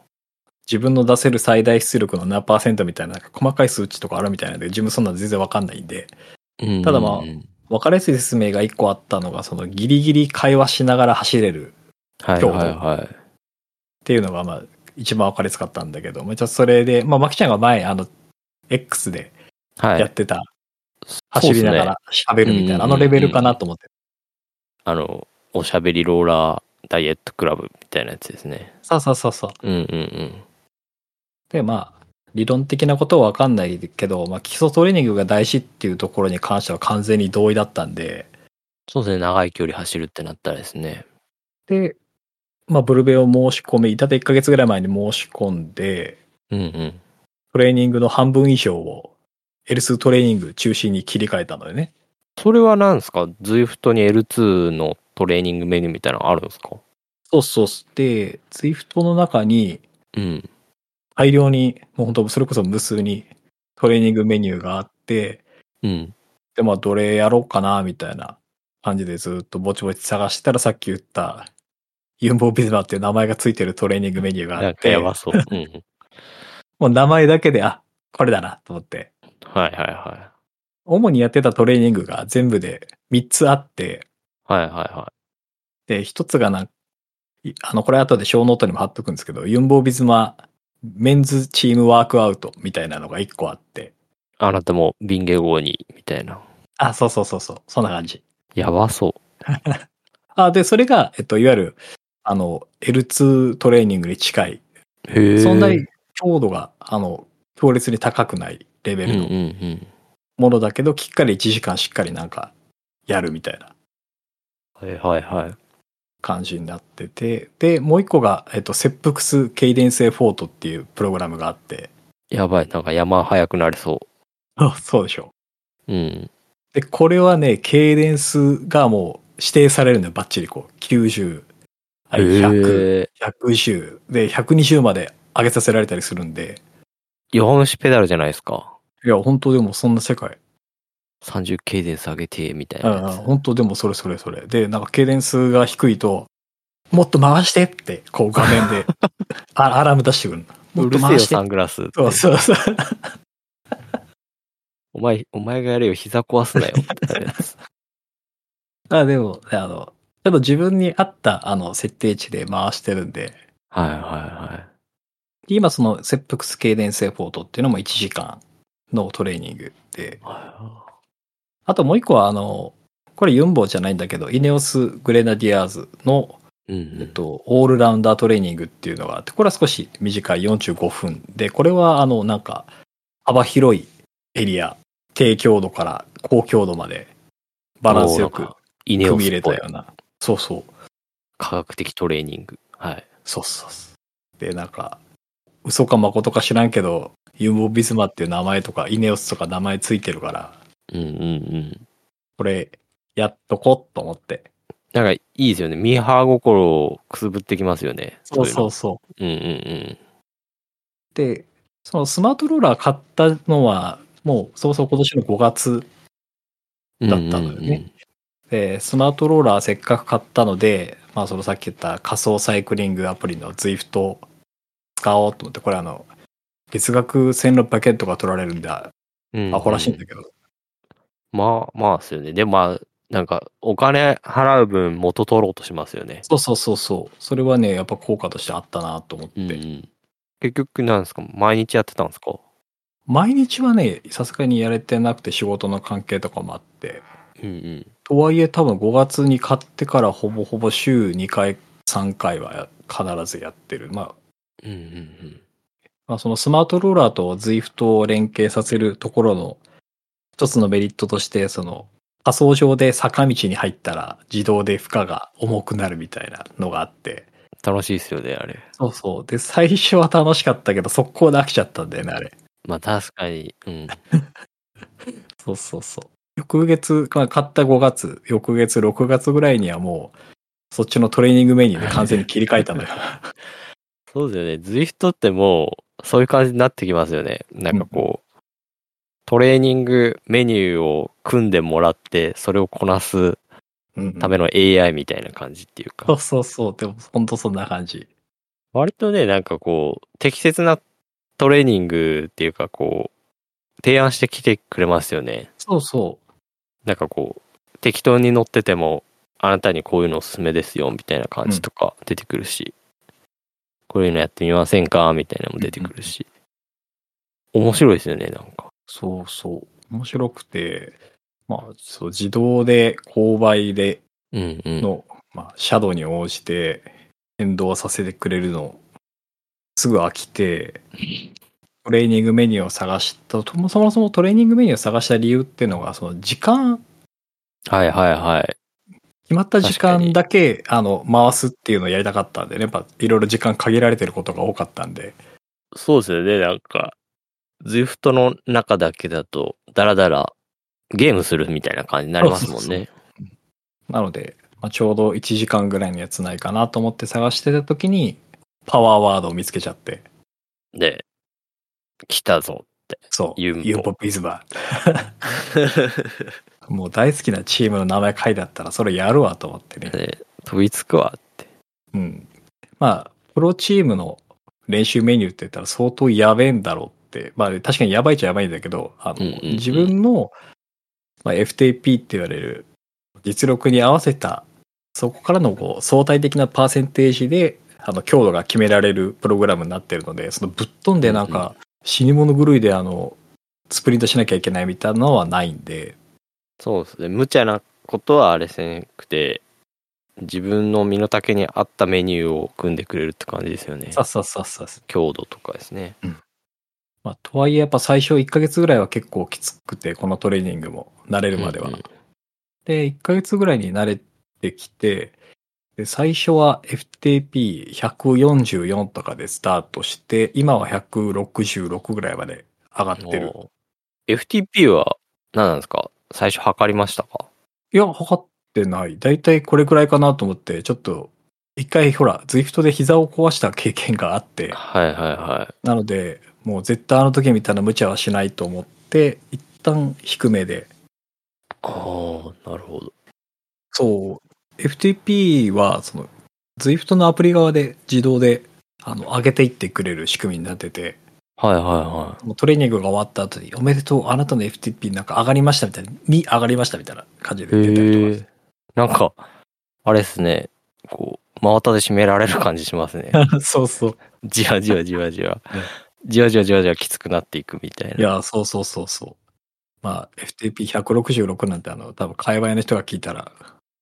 Speaker 1: 自分の出せる最大出力の何パーセントみたいななんか細かい数値とかあるみたいなので自分そんなの全然わかんないんで
Speaker 2: うんうん
Speaker 1: ただまあ分かりやすい説明が1個あったのが、そのギリギリ会話しながら走れるっ
Speaker 2: あ、はいはいは
Speaker 1: ていうのが、まあ、一番分かりやすかったんだけど、まあ、じゃあそれで、まあ、まきちゃんが前、あの、X で
Speaker 2: い。はい。
Speaker 1: やってた、
Speaker 2: そう
Speaker 1: 走
Speaker 2: っす
Speaker 1: り
Speaker 2: ね
Speaker 1: ながら喋るみたいな、あ
Speaker 2: うん
Speaker 1: のレベルかなと思って。
Speaker 2: あの、おしゃべりローラーダイエットクラブみたいなやつですね。
Speaker 1: そうそうそうそう。
Speaker 2: うんうんうん。
Speaker 1: で、まあ、理論的なことは分かんないけど、まあ、基礎トレーニングが大事っていうところに関しては完全に同意だったんで、
Speaker 2: そうですね。長い距離走るってなったらですね。
Speaker 1: で、まあ、ブルベを申し込み、だって1ヶ月ぐらい前に申し込んで、
Speaker 2: うんうん。
Speaker 1: トレーニングの半分以上を L2 トレーニング中心に切り替えたのよね。
Speaker 2: それは何ですか ?Zwift に L2 のトレーニングメニューみたいなのあるんですか
Speaker 1: そうそう。で、Zwift の中に
Speaker 2: うん。
Speaker 1: 大量に、もう本当それこそ無数にトレーニングメニューがあって、
Speaker 2: うん。
Speaker 1: で、まあどれやろうかな、みたいな感じでずっとぼちぼち探してたらさっき言ったユンボビズマっていう名前がついてるトレーニングメニューがあ
Speaker 2: な
Speaker 1: っ
Speaker 2: んか
Speaker 1: て、
Speaker 2: や
Speaker 1: も
Speaker 2: ばそう。 うんうん。
Speaker 1: う名前だけで、あ、これだなと思って。
Speaker 2: はいはいは
Speaker 1: 主にやってたトレーニングが全部で3つあって、
Speaker 2: い。はいはいは
Speaker 1: で、一つがなんいあの、これ後で小ノートにも貼っとくんですけど、ユンボービズマメンズチームワークアウトみたいなのが一個あって。
Speaker 2: い。あなたもビンゲ号に、みたいな。
Speaker 1: あ、そうそうそうそう、そんな感じ。
Speaker 2: やばそう。
Speaker 1: あ、で、それが、えっと、いわゆる、あの、L2 トレーニングに近い。
Speaker 2: へえ。
Speaker 1: そんなに強度が、あの、強烈に高くないレベ
Speaker 2: うんう
Speaker 1: ル
Speaker 2: ん
Speaker 1: の
Speaker 2: うん。
Speaker 1: ものだけど、きっかり1時間しっかりなんかやるみたいな
Speaker 2: はいはいはい。
Speaker 1: 感じになってて、で、もう一個が、えっと、切腹スケイデン性フォートっていうプログラムがあって、
Speaker 2: やばい、なんか山早くなりそ
Speaker 1: あそうでしょ。
Speaker 2: う。うん。
Speaker 1: で、これはね、ケイデンスがもう指定されるのよ、バッチリこう。90、はい100、
Speaker 2: へえ。
Speaker 1: 110、で、120まで上げさせられたりするんで、
Speaker 2: 弱虫ペダルじゃないですか。
Speaker 1: いや、本当でもそんな世界。
Speaker 2: 30ケーデンス上げて、みたい
Speaker 1: うん
Speaker 2: な
Speaker 1: うん、
Speaker 2: やつ。
Speaker 1: 本当でもそれそれそれ。で、なんか、ケーデンスが低いと、もっと回してって、こう画面 で、あアラーム出してくるの。も
Speaker 2: う
Speaker 1: っ
Speaker 2: る
Speaker 1: と
Speaker 2: せえよ、
Speaker 1: 回して
Speaker 2: サ。ングラス。
Speaker 1: そうそうそう。
Speaker 2: お前、お前がやれよ、膝壊すなよ。みたいなやつ
Speaker 1: あ、でも、あの、ちょっと自分に合った、あの、設定値で回してるんで、
Speaker 2: はいはいは
Speaker 1: 今その、切腹スケーデンスエフォートっていうのも1時間のトレーニングで、
Speaker 2: い。は
Speaker 1: あともう一個は、あの、これユンボじゃないんだけど、イネオス・グレナディアーズの、
Speaker 2: いうんうん。
Speaker 1: えっと、オールラウンダートレーニングっていうのがあって、これは少し短い45分で、これはあの、なんか、幅広いエリア、低強度から高強度までバランスよ
Speaker 2: おー
Speaker 1: く
Speaker 2: なんかイネ
Speaker 1: 組
Speaker 2: オ
Speaker 1: み
Speaker 2: ス
Speaker 1: 入
Speaker 2: っ
Speaker 1: れ
Speaker 2: ぽ
Speaker 1: た
Speaker 2: い
Speaker 1: ような。そうそう。
Speaker 2: 科学的トレーニング。はい。
Speaker 1: そうそうそう。で、なんか、嘘か誠か知らんけど、ユンボビスマっていう名前とか、イネオスとか名前ついてるから、
Speaker 2: うんうんうん。
Speaker 1: これ、やっとこうと思って。
Speaker 2: なんかいいですよね。ミーハー心をくすぶってきますよね。
Speaker 1: そう
Speaker 2: いの
Speaker 1: そうそう。
Speaker 2: うんうん
Speaker 1: で、そのスマートローラー買ったのは、もう、そうそう今年の5月
Speaker 2: うん。
Speaker 1: だったのよね。で、スマートローラーせっかく買ったので、まあそのさっき言った仮想サイクリングアプリの Zwift を使おうと思って、これあの、月額1600円とか取られるんで、ア
Speaker 2: うんうん。
Speaker 1: ホらしいん
Speaker 2: だ
Speaker 1: だけど。
Speaker 2: まあまあですよね。でもまあ、なんかお金払う分元取ろうとしますよね。
Speaker 1: そうそうそうそう。それはね、やっぱ効果としてあったなと思って。
Speaker 2: うんうん結局なんですか毎日やってたんですか
Speaker 1: 毎日はね、さすがにやれてなくて仕事の関係とかもあって。
Speaker 2: うんうん。
Speaker 1: とはいえ多分5月に買ってからほぼほぼ週2回、3回は必ずやってる。まあ
Speaker 2: うんうん
Speaker 1: まあ、そのスマートローラーと Zwift を連携させるところの一つのメリットとして、その仮想上で坂道に入ったら自動で負荷が重くなるみたいなのがあって。
Speaker 2: 楽しいですよね、あれ。
Speaker 1: そうそう。で、最初は楽しかったけど、速攻で飽きちゃったんだよね、あれ。
Speaker 2: まあ確かに。うん。
Speaker 1: そうそうそう。翌月、まあ、買った5月、翌月6月ぐらいにはもう、そっちのトレーニングメニューで完全に切り替えたん だよ。
Speaker 2: そうですよね。ズイフトってもう、そういう感じになってきますよね。なんかこう、トレーニングメニューを組んでもらって、それをこなす
Speaker 1: うんうん
Speaker 2: ための AI みたいな感じっていうか、
Speaker 1: そ うそうそう。でも、ほんとそんな感じ。
Speaker 2: 割とね、なんかこう、適切なトレーニングっていうか、こう、提案してきてくれますよね。
Speaker 1: そうそう。
Speaker 2: なんかこう、適当に乗ってても、あなたにこういうのおすすめですよ、みたいな感じとか出てくるし、こういうのやってみませんかみたいなのも出てくるし、面白いですよね、なんか。
Speaker 1: そうそう。面白くて、まあ、そう、自動で、勾配で
Speaker 2: うんうん。
Speaker 1: の、まあ、シャドウに応じて変動させてくれるの、すぐ飽きて、トレーニングメニューを探した、ともそもそもトレーニングメニューを探した理由っていうのが、その時間、
Speaker 2: はいはいはい。
Speaker 1: 決まった時
Speaker 2: 確か
Speaker 1: 間
Speaker 2: に
Speaker 1: だけ、あの、回すっていうのをやりたかったんでね、やっぱ、いろいろ時間限られてることが多かったんで、
Speaker 2: そうですよね、なんか、ズイフトの中だけだと、だらだらゲームするみたいな感じになりますもん
Speaker 1: そうそう
Speaker 2: ね。
Speaker 1: なので、まあ、ちょうど1時間ぐらいのやつないかなと思って探してた時に、パワーワードを見つけちゃって、
Speaker 2: で、来 たぞ。
Speaker 1: そう。
Speaker 2: ユンボ
Speaker 1: ユンボビズバー。もう大好きなチームの名前書いてあったら、それやるわと思ってね。
Speaker 2: で飛びつくわ。
Speaker 1: うん。まあ、プロチームの練習メニューって言ったら相当やべえんだろうって。まあ、確かにやばいっちゃやばいんだけど、あの、
Speaker 2: うんうんうん
Speaker 1: 自分の、まあ、FTP って言われる実力に合わせた、そこからのこう相対的なパーセンテージで、あの、強度が決められるプログラムになってるので、そのぶっ飛んでなん
Speaker 2: うんう
Speaker 1: か、死に物狂いであの、スプリントしなきゃいけないみたいなのはないんで、
Speaker 2: そうですね。無茶なことはあれせんくて、自分の身の丈に合ったメニューを組んでくれるって感じですよね
Speaker 1: さ。っさっさっさっさ
Speaker 2: 強度とかですね。
Speaker 1: まあ、とはいえ、やっぱ最初1ヶ月ぐらいは結構きつくて、このトレーニングも慣れるまでは。
Speaker 2: うんうん
Speaker 1: で、1ヶ月ぐらいに慣れてきて、で最初は FTP144 とかでスタートして、今は166ぐらいまで上がってる。
Speaker 2: おー FTP は何なんですか最初測りましたか
Speaker 1: いや、測ってない。だいたいこれくらいかなと思って、ちょっと、一回ほら、Zwift で膝を壊した経験があって、
Speaker 2: はいはいは
Speaker 1: なので、もう絶対あの時みたいな無茶はしないと思って、一旦低めで
Speaker 2: い。ああ、なるほど。
Speaker 1: そう。FTP は、その、Zwift のアプリ側で自動で、あの、上げていってくれる仕組みになってて、
Speaker 2: はいはいは
Speaker 1: もうトレーニングが終わった後に、おめでとう、あなたの FTP なんか上がりましたみたいな、に上がりましたみたいな感じ
Speaker 2: い。
Speaker 1: で出たりと
Speaker 2: え。なんか、あれですね。こう、真綿で締められる感じします ね。
Speaker 1: か。 そうそう。
Speaker 2: じわじわじわじわ。じわじわじわじわきつくなっていくみたい
Speaker 1: い
Speaker 2: な。
Speaker 1: や、そうそうそうそう。まあ、FTP166 なんて、あの、多分、界隈の人が聞いたら、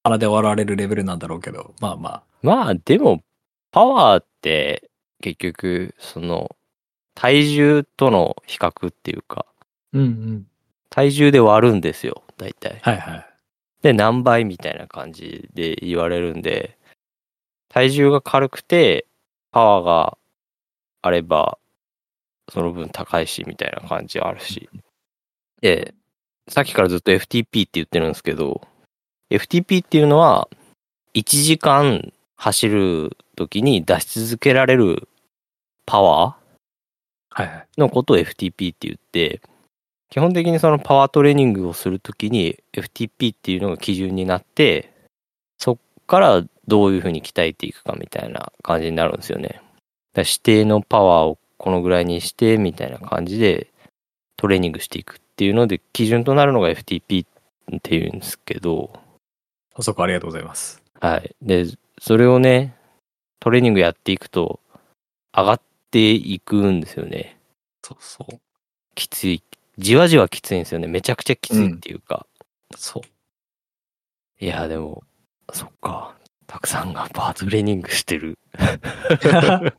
Speaker 1: 腹で笑われるレベルなんだろうけど、まあまあ、
Speaker 2: まあでも、パワーって結局、その、体重との比較っていうか、
Speaker 1: うんうん。
Speaker 2: 体重で割るんですよ、大体。
Speaker 1: はいはい。
Speaker 2: で、何倍みたいな感じで言われるんで、体重が軽くて、パワーがあれば、その分高いし、みたいな感じあるし。で、さっきからずっと FTP って言ってるんですけど、FTP っていうのは、1時間走る時に出し続けられるパワー
Speaker 1: はいはい。
Speaker 2: のことを FTP って言って、基本的にそのパワートレーニングをするときに FTP っていうのが基準になって、そっからどういうふうに鍛えていくかみたいな感じになるんですよね。だから指定のパワーをこのぐらいにしてみたいな感じでトレーニングしていくっていうので基準となるのが FTP っていうんですけど、
Speaker 1: あそこありがとうございます。
Speaker 2: はい。で、それをね、トレーニングやっていくと上がっていくんですよね。
Speaker 1: そうそう。
Speaker 2: きついじわじわきついんですよねめちゃくちゃきついっていうか、
Speaker 1: そう。
Speaker 2: いやでもそっかたくさんがパワートレーニングしてる
Speaker 1: なんか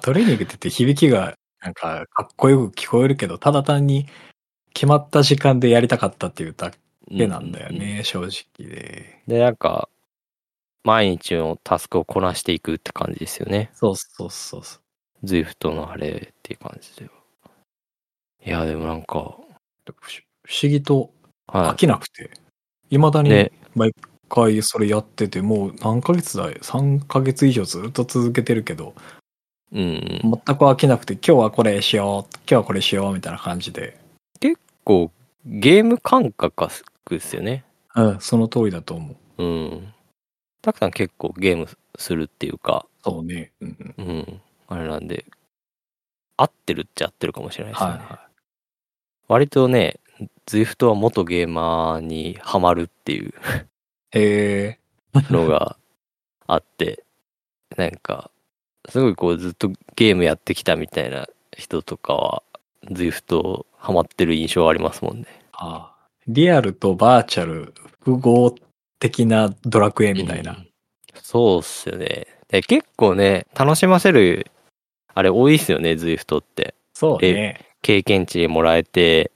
Speaker 1: トレーニングって言って響きがなんかかっこよく聞こえるけど、ただ単に決まった時間でやりたかったっていうだけなんだよね、
Speaker 2: うう
Speaker 1: 正直で。
Speaker 2: うんでなんか毎日のタスクをこなしていくって感じですよね
Speaker 1: そうそうそうそう。
Speaker 2: ZWIFT のあれっていう感じではいやでもなんか
Speaker 1: 不思不思議と飽
Speaker 2: は
Speaker 1: きなくて、いまだ
Speaker 2: い
Speaker 1: に
Speaker 2: ね
Speaker 1: 毎回それやってて、もう何ヶ月だい ?3 ヶ月以上ずっと続けてるけど、
Speaker 2: う
Speaker 1: 全
Speaker 2: ん
Speaker 1: く飽きなくて、今日はこれしよう、今日はこれしようみたいな感じで、
Speaker 2: こうゲーム感覚ですよね
Speaker 1: うん、その通りだと思う。
Speaker 2: うんたくさん結構ゲームするっていうか
Speaker 1: そうね。うんうん、
Speaker 2: うん。あれなんで、合ってるっちゃ合ってるかもしれないです
Speaker 1: は
Speaker 2: ね。
Speaker 1: いはい。
Speaker 2: 割とね、Zwift は元ゲーマーにハマるっていう
Speaker 1: え
Speaker 2: のが あって、なんか、すごいこうずっとゲームやってきたみたいな人とかは、Zwift ハマってる印象ありますもんね。
Speaker 1: ああリアルとバーチャル複合的なドラクエみたいな。
Speaker 2: うんそうっすよね。で結構ね、楽しませる、あれ多いっすよね、Zwift って。
Speaker 1: そうね。
Speaker 2: 経験値もらえて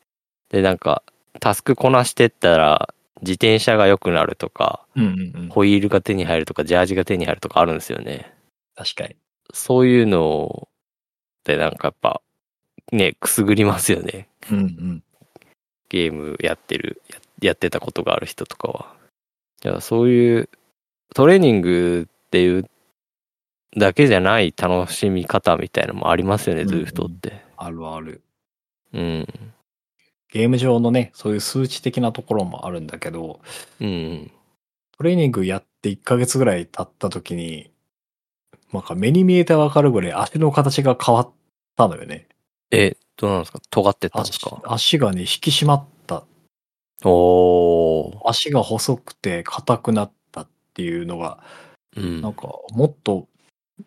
Speaker 2: でなんかタスクこなしてったら自転車が良くなるとか
Speaker 1: うんうんうん。
Speaker 2: ホイールが手に入るとかジャージが手に入るとかあるんですよね
Speaker 1: 確かに。
Speaker 2: そういうのでなんかやっぱねくすぐりますよね
Speaker 1: うんうん。
Speaker 2: ゲームやってるややってたことがある人とかはだからそういうトレーニングっていうだけじゃない楽しみ方みたいなのもありますよね、
Speaker 1: うんうん
Speaker 2: ズーフトって
Speaker 1: あるある。
Speaker 2: うん
Speaker 1: ゲーム上のね、そういう数値的なところもあるんだけど、
Speaker 2: うん
Speaker 1: トレーニングやって1ヶ月ぐらい経った時に、なんか目に見えてわかるぐらい足の形が変わったのよね。
Speaker 2: えどうなんですか尖ってったんです
Speaker 1: 足
Speaker 2: か
Speaker 1: 足がね、引き締まった。
Speaker 2: おー。
Speaker 1: 足が細くて硬くなったっていうのが、
Speaker 2: うん
Speaker 1: なんかもっと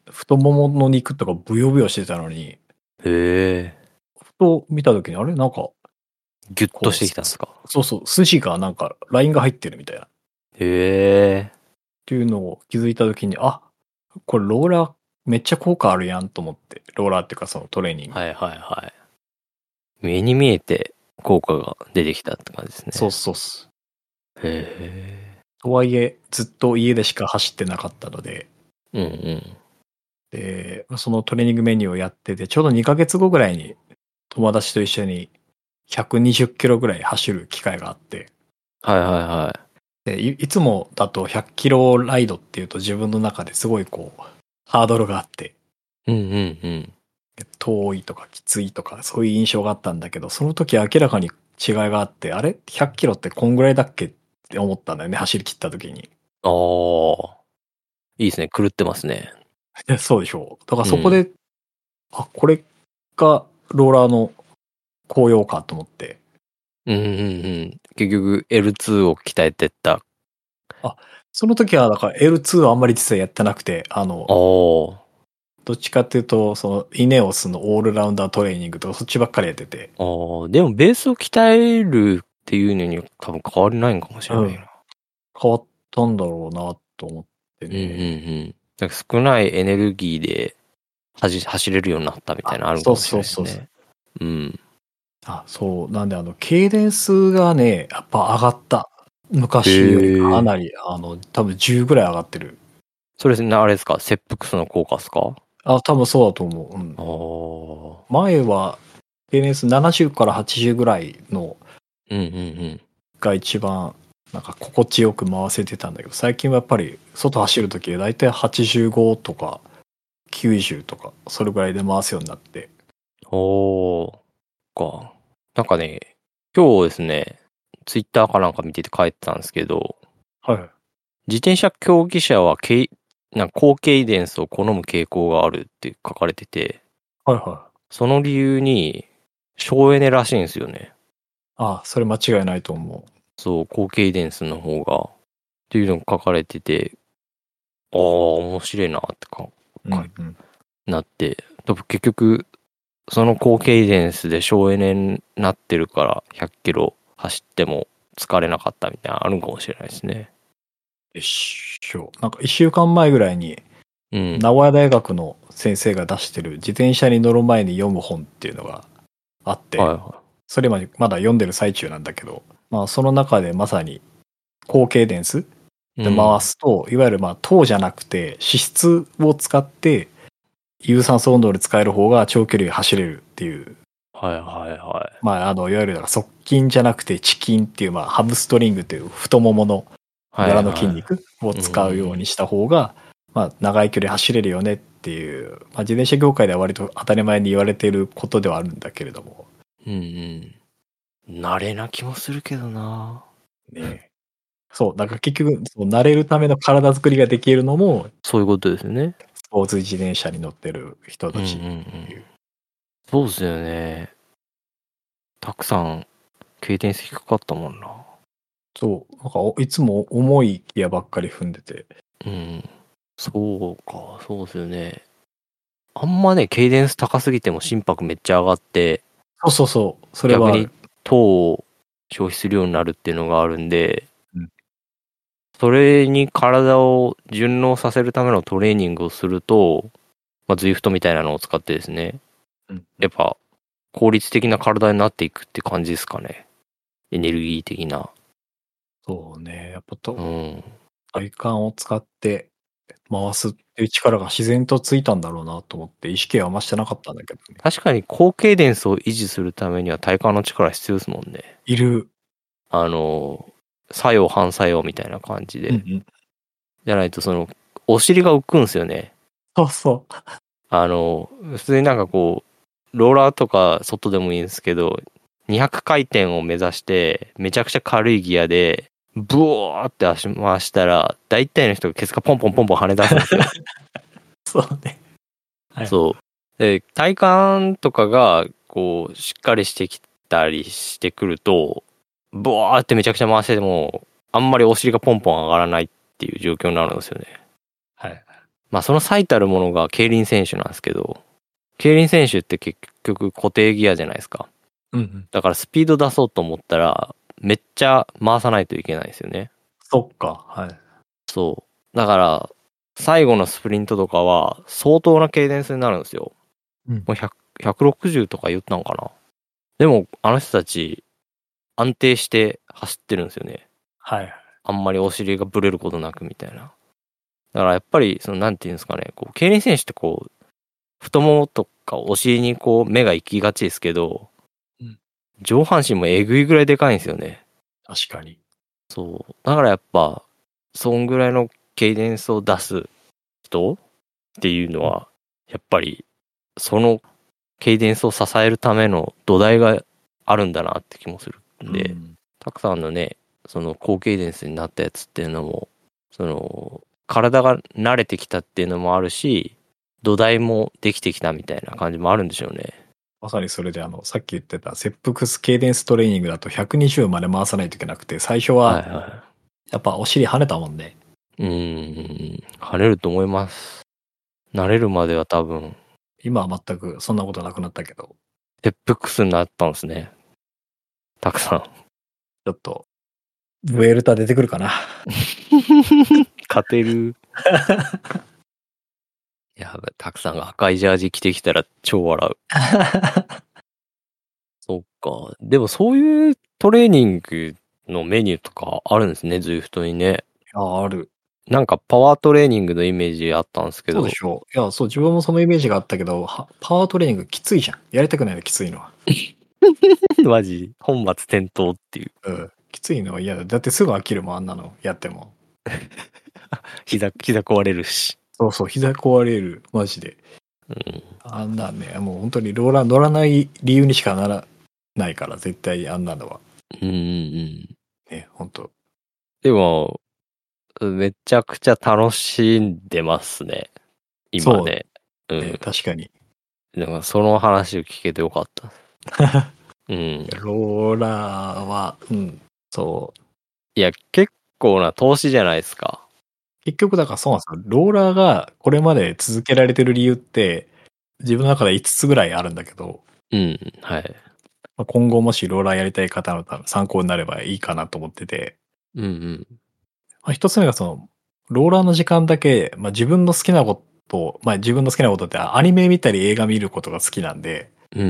Speaker 1: 太ももの肉とかブヨブヨしてたのに、
Speaker 2: へえ。
Speaker 1: ふと見た時に、あれなんか、
Speaker 2: ギュッとしてきたんですか
Speaker 1: そうそう、筋がなんか、ラインが入ってるみたいな。っ
Speaker 2: へえ。
Speaker 1: ていうのを気づいた時に、あ、これローラーめっちゃ効果あるやんと思って、ローラーっていうかそのトレーニング。
Speaker 2: はいはいは目に見えて効果が出てきたって感じですね。
Speaker 1: そうそうっす。
Speaker 2: へ
Speaker 1: とはいえ、ずっと家でしか走ってなかったので、
Speaker 2: え。うんうん。
Speaker 1: で、そのトレーニングメニューをやってて、ちょうど2ヶ月後ぐらいに友達と一緒に120キロぐらい走る機会があって、
Speaker 2: はいはいはい。
Speaker 1: でいいつもだと100キロライドっていうと自分の中ですごいこう、ハードルがあって、
Speaker 2: うんうんうん。
Speaker 1: 遠いとかきついとかそういう印象があったんだけど、その時明らかに違いがあって、あれ ?100 キロってこんぐらいだっけって思ったんだよね、走り切った時に。
Speaker 2: ああ。いいですね。狂ってますね。
Speaker 1: いやそうでしょう。だからそこで、あ、これがローラーの紅葉かと思って、
Speaker 2: うんうんうん。結局 L2 を鍛えてった。あ
Speaker 1: その時はだから L2 はあんまり実はやってなくて、あの、
Speaker 2: あ。
Speaker 1: どっちかっていうと、そのイネオスのオールラウンダートレーニングとかそっちばっかりやってて、
Speaker 2: ああ。でもベースを鍛えるっていうのには多分変わりないんかもしれないな。
Speaker 1: 変わったんだろうなと思って
Speaker 2: うんうんう
Speaker 1: ね。
Speaker 2: ん。なんか少ないエネルギーで走走れるようになったみたいなのあるかもしれないです
Speaker 1: あそうそう
Speaker 2: ね。うん。
Speaker 1: あ、そう。なんであの、経電数がね、やっぱ上がった。昔よりかなり、あの、多分10ぐらい上がってる。
Speaker 2: それですね、あれですか切腹素の効果ですか
Speaker 1: あ、多分そうだと思う。うん
Speaker 2: ああ。
Speaker 1: 前は、経年数70から80ぐらいの
Speaker 2: うんうんうん。
Speaker 1: が一番、なんか心地よく回せてたんだけど、最近はやっぱり外走るときだいたい85とか90とか、それぐらいで回すようになって。
Speaker 2: おー。か。なんかね、今日ですね、ツイッターかなんか見てて書いてたんですけど、
Speaker 1: はい。
Speaker 2: 自転車競技者はけい、なんか高経電数を好む傾向があるって書かれてて、
Speaker 1: はいはい。
Speaker 2: その理由に、省エネらしいんですよね。
Speaker 1: あ、それ間違いないと思う。
Speaker 2: そう、高経電数の方が。っていうのが書かれてて、ああ、面白いなってか
Speaker 1: うん
Speaker 2: はい
Speaker 1: うん
Speaker 2: なって、多分結局、その高経電数で省エネになってるから、100キロ走っても疲れなかったみたいなのあるんかもしれないですね。
Speaker 1: でしょう。なんか一週間前ぐらいに、
Speaker 2: うん。
Speaker 1: 名古屋大学の先生が出してる自転車に乗る前に読む本っていうのがあって、
Speaker 2: はいは
Speaker 1: それまでまだ読んでる最中なんだけど、まあその中でまさに高経電数
Speaker 2: い。
Speaker 1: で回すと、いわゆるまあ糖じゃなくて脂質を使って有酸素運動で使える方が長距離走れるっていう、
Speaker 2: うんはいはいは
Speaker 1: まああの、いわゆるだから側筋じゃなくて遅筋っていう、まあハムストリングという太ももの
Speaker 2: い。はい
Speaker 1: 柄
Speaker 2: はい
Speaker 1: の筋。肉を使うようにした方が、まあ、長い距離走れるよねっていう、まあ、自転車業界では割と当たり前に言われていることではあるんだけれども、
Speaker 2: うんうん。慣れな気もするけどな
Speaker 1: ね、そうだから結局そう慣れるための体作りができるのも
Speaker 2: そういうことですよね。
Speaker 1: スポーツ自転車に乗ってる人
Speaker 2: うん
Speaker 1: た
Speaker 2: うんう
Speaker 1: ち、
Speaker 2: ん。そうですよね。たくさん、経電数低かったもんな。
Speaker 1: そうなんかおいつも重いギアばっかり踏んでて
Speaker 2: うん。そうか、そうですよね。あんまね、ケイデンス高すぎても心拍めっちゃ上がって、
Speaker 1: そうそうそうそれは
Speaker 2: 逆に糖を消費するようになるっていうのがあるんで、
Speaker 1: うん
Speaker 2: それに体を順応させるためのトレーニングをすると、まあ、ズイフトみたいなのを使ってですね、
Speaker 1: うん
Speaker 2: やっぱ効率的な体になっていくって感じですかね。エネルギー的な。
Speaker 1: そうねやっぱと
Speaker 2: うん。
Speaker 1: 体幹を使って回すっていう力が自然とついたんだろうなと思って意識はあんましてなかったんだけどね
Speaker 2: 確かに高経電数を維持するためには体幹の力必要ですもんね。
Speaker 1: いる
Speaker 2: あの、作用反作用みたいな感じで。
Speaker 1: うんうん
Speaker 2: じゃないと、その、お尻が浮くんですよね。
Speaker 1: そうそう。
Speaker 2: あの、普通になんかこう、ローラーとか外でもいいんですけど、200回転を目指して、めちゃくちゃ軽いギアで、ブワーって足回したら、大体の人がケツがポンポンポンポン跳ね出すんですよ。
Speaker 1: そうね。はい
Speaker 2: そう。で、体幹とかが、こう、しっかりしてきたりしてくると、ブワーってめちゃくちゃ回してても、あんまりお尻がポンポン上がらないっていう状況になるんですよね。
Speaker 1: はい。
Speaker 2: まあその最たるものが競輪選手なんですけど、競輪選手って結局固定ギアじゃないですか。
Speaker 1: うんうん。
Speaker 2: だからスピード出そうと思ったら、めっちゃ回さないといけないですよね。
Speaker 1: そっか。はい。
Speaker 2: そう。だから、最後のスプリントとかは相当な軽電数になるんですよ。
Speaker 1: うん
Speaker 2: もう100 160とか言ったんかな。でも、あの人たち、安定して走ってるんですよね。
Speaker 1: はいはい。
Speaker 2: あんまりお尻がブレることなくみたいな。だからやっぱり、その、なんていうんですかね、こう、競輪選手ってこう、太ももとかお尻にこう、目が行きがちですけど、
Speaker 1: うん
Speaker 2: 上半身もえぐいぐらいでかいんですよね。
Speaker 1: 確かに。
Speaker 2: そう。だからやっぱ、そんぐらいのケイデンスを出す人っていうのは、やっぱり、そのケイデンスを支えるための土台があるんだなって気もするんで、
Speaker 1: うん
Speaker 2: たくさんのね、その高ケイデンスになったやつっていうのも、その、体が慣れてきたっていうのもあるし、土台もできてきたみたいな感じもあるんでしょうね。
Speaker 1: まさにそれで、あの、さっき言ってた、切腹スケーデンストレーニングだと120まで回さないといけなくて、最初
Speaker 2: は
Speaker 1: はい
Speaker 2: は
Speaker 1: やっぱお尻跳ねたもんね。
Speaker 2: い。うーん、晴れると思います。慣れるまでは多分、
Speaker 1: 今は全くそんなことなくなったけど、
Speaker 2: テップクスになったんですね。たくさん。
Speaker 1: ちょっと、ブエルタ出てくるかな。
Speaker 2: 勝てる。い や、たくさんが赤いジャージ着てきたら 超笑う。そっか。でもそういうトレーニングのメニューとかあるんですね、ズイフトにね。
Speaker 1: あ、ある。
Speaker 2: なんかパワートレーニングのイメージあったんですけ
Speaker 1: そう
Speaker 2: ど
Speaker 1: で。しょう。いや、そう、自分もそのイメージがあったけど、はパワートレーニングきついじゃん。やりたくないのきついのは。
Speaker 2: マジ、本末転倒っていう。
Speaker 1: うん。きついのは嫌だ。だってすぐ飽きるもん、あんなのやっても。
Speaker 2: 膝、膝壊れるし。
Speaker 1: そうそう、膝壊れる。マジで。
Speaker 2: うん。
Speaker 1: あんなんね、もう本当にローラー乗らない理由にしかならないから、絶対あんなのは。
Speaker 2: うんうんうん。
Speaker 1: ね、本当
Speaker 2: でも、めちゃくちゃ楽しんでますね。今ね。う
Speaker 1: ね、
Speaker 2: ん。
Speaker 1: 確かに。
Speaker 2: だからその話を聞けてよかった。うん。
Speaker 1: ローラーは、うん、そう。
Speaker 2: いや、結構な投資じゃないですか。
Speaker 1: 結局だからそうなんですよ。ローラーがこれまで続けられてる理由って、自分の中で5つぐらいあるんだけど、
Speaker 2: うん。はい。
Speaker 1: まあ今後もしローラーやりたい方のため参考になればいいかなと思ってて、
Speaker 2: うんうん。
Speaker 1: まあ、一つ目がその、ローラーの時間だけ、まあ、自分の好きなことを、まあ、自分の好きなことってアニメ見たり映画見ることが好きなんで、
Speaker 2: うんう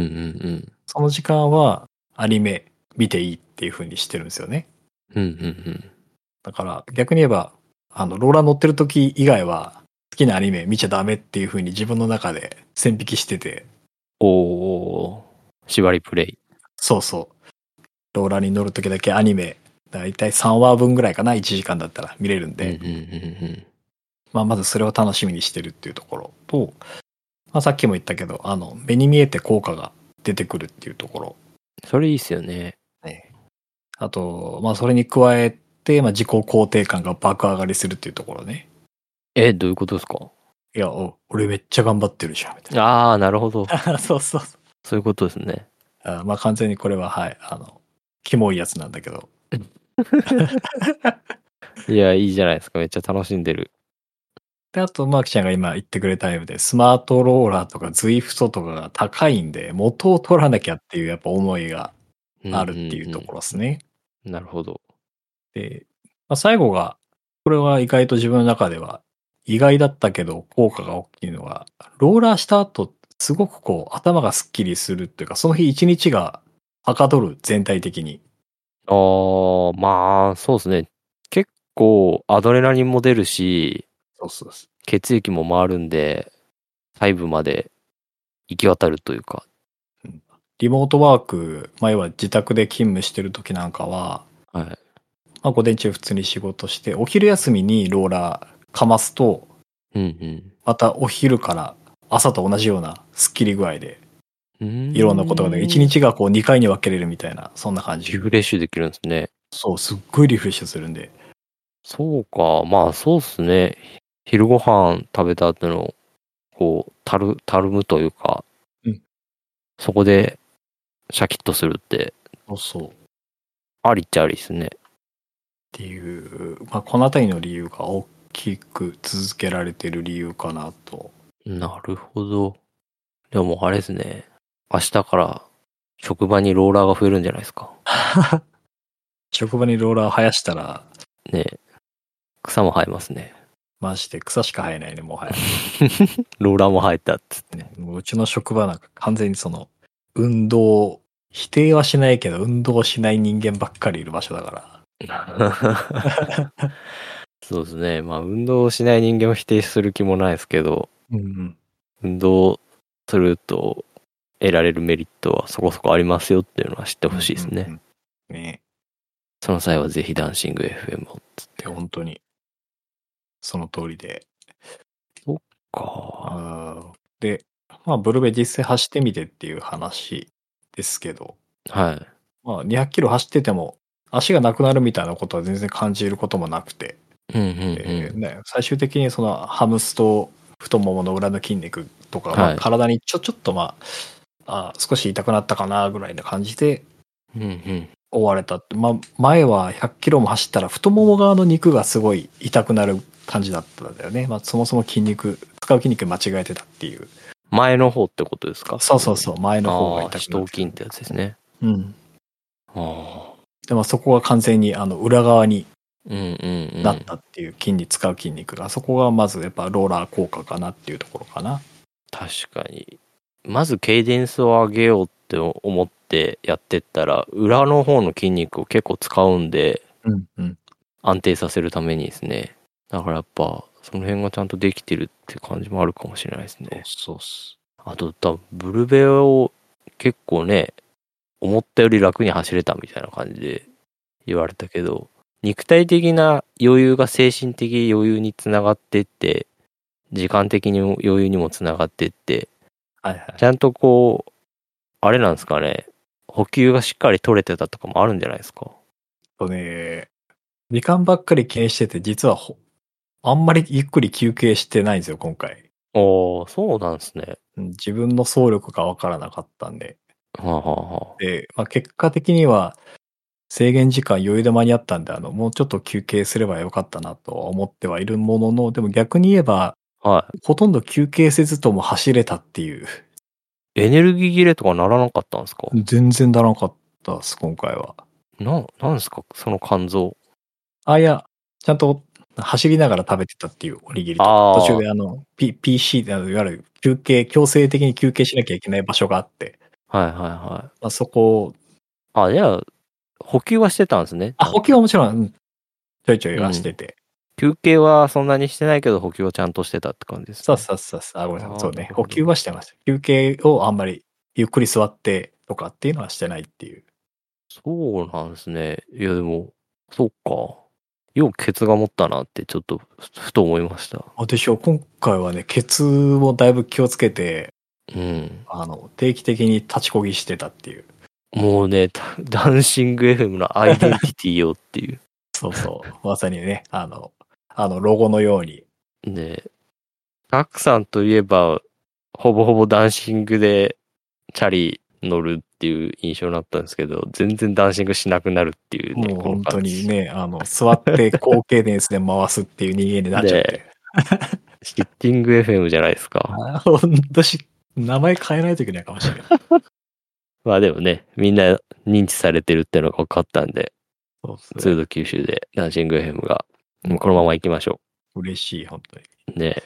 Speaker 2: ん
Speaker 1: その時間はアニメ見ていいっていう風にしてるんですよね。
Speaker 2: うん。うんうん
Speaker 1: だから逆に言えば、あの、ローラー乗ってる時以外は好きなアニメ見ちゃダメっていう風に自分の中で線引きしてて、
Speaker 2: うん。おー。縛りプレイ。
Speaker 1: そうそう。ローラーに乗る時だけアニメ、だいたい3話分ぐらいかな、1時間だったら見れるん
Speaker 2: うん
Speaker 1: で、
Speaker 2: うんうんうん。
Speaker 1: まあまずそれを楽しみにしてるっていうところと、まあさっきも言ったけど、あの、目に見えて効果が出てくるっていうところ。
Speaker 2: それいいっすよね。
Speaker 1: あと、まあそれに加えて、まあ自己肯定感が爆上がりするっていうところね。
Speaker 2: え、どういうことですか
Speaker 1: いや、お俺めっちゃ頑張ってるじゃん、みたい
Speaker 2: あー、なるほど。
Speaker 1: な。 そうそうそう。
Speaker 2: そういうことですね。
Speaker 1: あまあ完全にこれは、はい、あの、キモいやつなんだけど。
Speaker 2: いや、いいじゃないですか。めっちゃ楽しんでる。
Speaker 1: で、あと、マーキちゃんが今言ってくれたようで、スマートローラーとかズイフトとかが高いんで、元を取らなきゃっていうやっぱ思いがあるっていうところですね。
Speaker 2: ろ。なるほど。
Speaker 1: で、まあ、最後が、これは意外と自分の中では意外だったけど効果が大きいのは、ローラーした後、すごくこう頭がスッキリするっていうか、その日一日がはかどる全体的に。
Speaker 2: あー、まあ、そうですね。結構、アドレナリンも出るし、
Speaker 1: そうそうそう。
Speaker 2: 血液も回るんで、細部まで行き渡るというか。
Speaker 1: リモートワーク、前は自宅で勤務してる時なんかは、
Speaker 2: はい。
Speaker 1: まあ、午前中普通に仕事して、お昼休みにローラーかますと、
Speaker 2: うん
Speaker 1: またお昼から朝と同じようなスッキリ具合で、
Speaker 2: うん。
Speaker 1: いろんなことがね、一
Speaker 2: 日
Speaker 1: 日がこう2回に分けれるみたいな、そんな感じ
Speaker 2: リ。フレッシュできるんですね。
Speaker 1: そう、すっごいリフレッシュするんで。
Speaker 2: そうか。まあ、そうっすね。昼ご飯食べた後の、こう、たる、たるむというか、
Speaker 1: うん
Speaker 2: そこで、シャキッとするって、
Speaker 1: そうそう。っ
Speaker 2: ありっちゃありですね。
Speaker 1: ていう、まあ、この辺りの理由が大きく続けられてる理由かなと。
Speaker 2: なるほど。でももうあれですね。明日から職場にローラーが増えるんじゃないですか。
Speaker 1: 職場にローラー生やしたら、
Speaker 2: ねえ草も生えますね。
Speaker 1: マジで草しか生えないね、も はや。
Speaker 2: ローラーも生えたっつって。
Speaker 1: ね、もううちの職場なんか完全にその、運動否定はしないけど、運動しない人間ばっかりいる場所だから。
Speaker 2: そうですね。まあ、運動をしない人間を否定する気もないですけど、
Speaker 1: うん。
Speaker 2: 運動すると得られるメリットはそこそこありますよっていうのは知ってほしいですね。
Speaker 1: うんうんうん。ね
Speaker 2: その際はぜひダンシング FM を。
Speaker 1: で、本当に。その通りで。
Speaker 2: か。
Speaker 1: あーで、まあ、ブルベ実際走ってみてっていう話ですけど、
Speaker 2: はい。
Speaker 1: まあ、200キロ走ってても、足がなくなるみたいなことは全然感じることもなくて、
Speaker 2: うんうんうん。
Speaker 1: えーね、最終的にそのハムスと太ももの裏の筋肉とか、まあ
Speaker 2: はい
Speaker 1: 体にちょちょっとまああ少し痛くなったかなぐらいな感じで
Speaker 2: うんうん。
Speaker 1: 追われたって、まあ、前は100キロも走ったら太もも側の肉がすごい痛くなる感じだったんだよね、まあ、そもそも筋肉使う筋肉間違えてたっていう
Speaker 2: 前の方ってことですか
Speaker 1: そうそうそう前の方が
Speaker 2: ああ、
Speaker 1: 痛
Speaker 2: 死
Speaker 1: くな
Speaker 2: 闘
Speaker 1: って
Speaker 2: 筋ってやつですね。
Speaker 1: うん
Speaker 2: ああ。
Speaker 1: でまあ、そこが完全にあの裏側に
Speaker 2: うんうんうん。
Speaker 1: なったっていう筋に使う筋肉が、そこがまずやっぱローラー効果かなっていうところかな
Speaker 2: 確かにまずケイデンスを上げようって思ってやってったら裏の方の筋肉を結構使うんで
Speaker 1: うんうん
Speaker 2: 安定させるためにですねだからやっぱその辺がちゃんとできてるって感じもあるかもしれないですね
Speaker 1: そうっす
Speaker 2: あと多分ブルベを結構ね思ったより楽に走れたみたいな感じで言われたけど肉体的な余裕が精神的余裕につながってって時間的にも余裕にもつながってって
Speaker 1: はいはい
Speaker 2: ちゃんとこう、あれなんですかね、補給がしっかり取れてたとかもあるんじゃないですか。
Speaker 1: えっとね、時間ばっかり気にしてて、実はほあんまりゆっくり休憩してないんですよ、今回。
Speaker 2: おー、そうなんですね。
Speaker 1: うん自分の総力がわからなかったんで。
Speaker 2: はあ、はあは
Speaker 1: で、まあ、結果的には制限時間余裕で間に合ったんで、あの、もうちょっと休憩すればよかったなとは思ってはいるものの、でも逆に言えば、
Speaker 2: あ、は
Speaker 1: ほとんど休憩せずとも走れたっていう。
Speaker 2: い。エネルギー切れとかならなかったんですか、
Speaker 1: 全然ならなかったです、今回は。
Speaker 2: な、なんですかその肝臓。
Speaker 1: あ、いや、ちゃんと走りながら食べてたっていうおにぎりと
Speaker 2: あー
Speaker 1: 途中であの、P、PC であのいわゆる休憩、強制的に休憩しなきゃいけない場所があって、
Speaker 2: はいはいはい。
Speaker 1: まあ、そこを、
Speaker 2: あ、じゃあ、補給はしてたんですね。
Speaker 1: あ、補給はもちろん、うんちょいちょいはしてて、
Speaker 2: 休憩はそんなにしてないけど、補給はちゃんとしてたって感じです、ね。
Speaker 1: さあさあさあさあ、あごめんなさ
Speaker 2: あ
Speaker 1: い、
Speaker 2: ー
Speaker 1: そうね
Speaker 2: なる、ほど
Speaker 1: 補給はしてました。休憩をあんまりゆっくり座ってとかっていうのはしてないっていう。
Speaker 2: そうなんですね。いや、でも、そうか。よくケツが持ったなって、ちょっとふ、ふと思いました。
Speaker 1: あでしょ、今回はね、ケツをだいぶ気をつけて、
Speaker 2: うん。
Speaker 1: あの、定期的に立ちこぎしてたっていう。
Speaker 2: もうね、ダダンシング FM のアイデンティティよっていう。
Speaker 1: そうそう、まさにね、あの、あの、ロゴのように、
Speaker 2: で、タクさんといえば、ほぼほぼダンシングでチャリ乗るっていう印象だったんですけど、全然ダンシングしなくなるっていうね、
Speaker 1: もう
Speaker 2: この
Speaker 1: 本当
Speaker 2: 感じ
Speaker 1: にね、あの、座って後継電スで回すっていう人間になっちゃって。
Speaker 2: シッティング FM じゃないですか。
Speaker 1: あほんとし、名前変えないといけないかも しれない。
Speaker 2: まあでもね、みんな認知されてるってのが分かったんで、
Speaker 1: そう
Speaker 2: ツード九州でダンシング FM が、もうこのまま行きましょ
Speaker 1: 嬉しい、本当に。
Speaker 2: う。ね。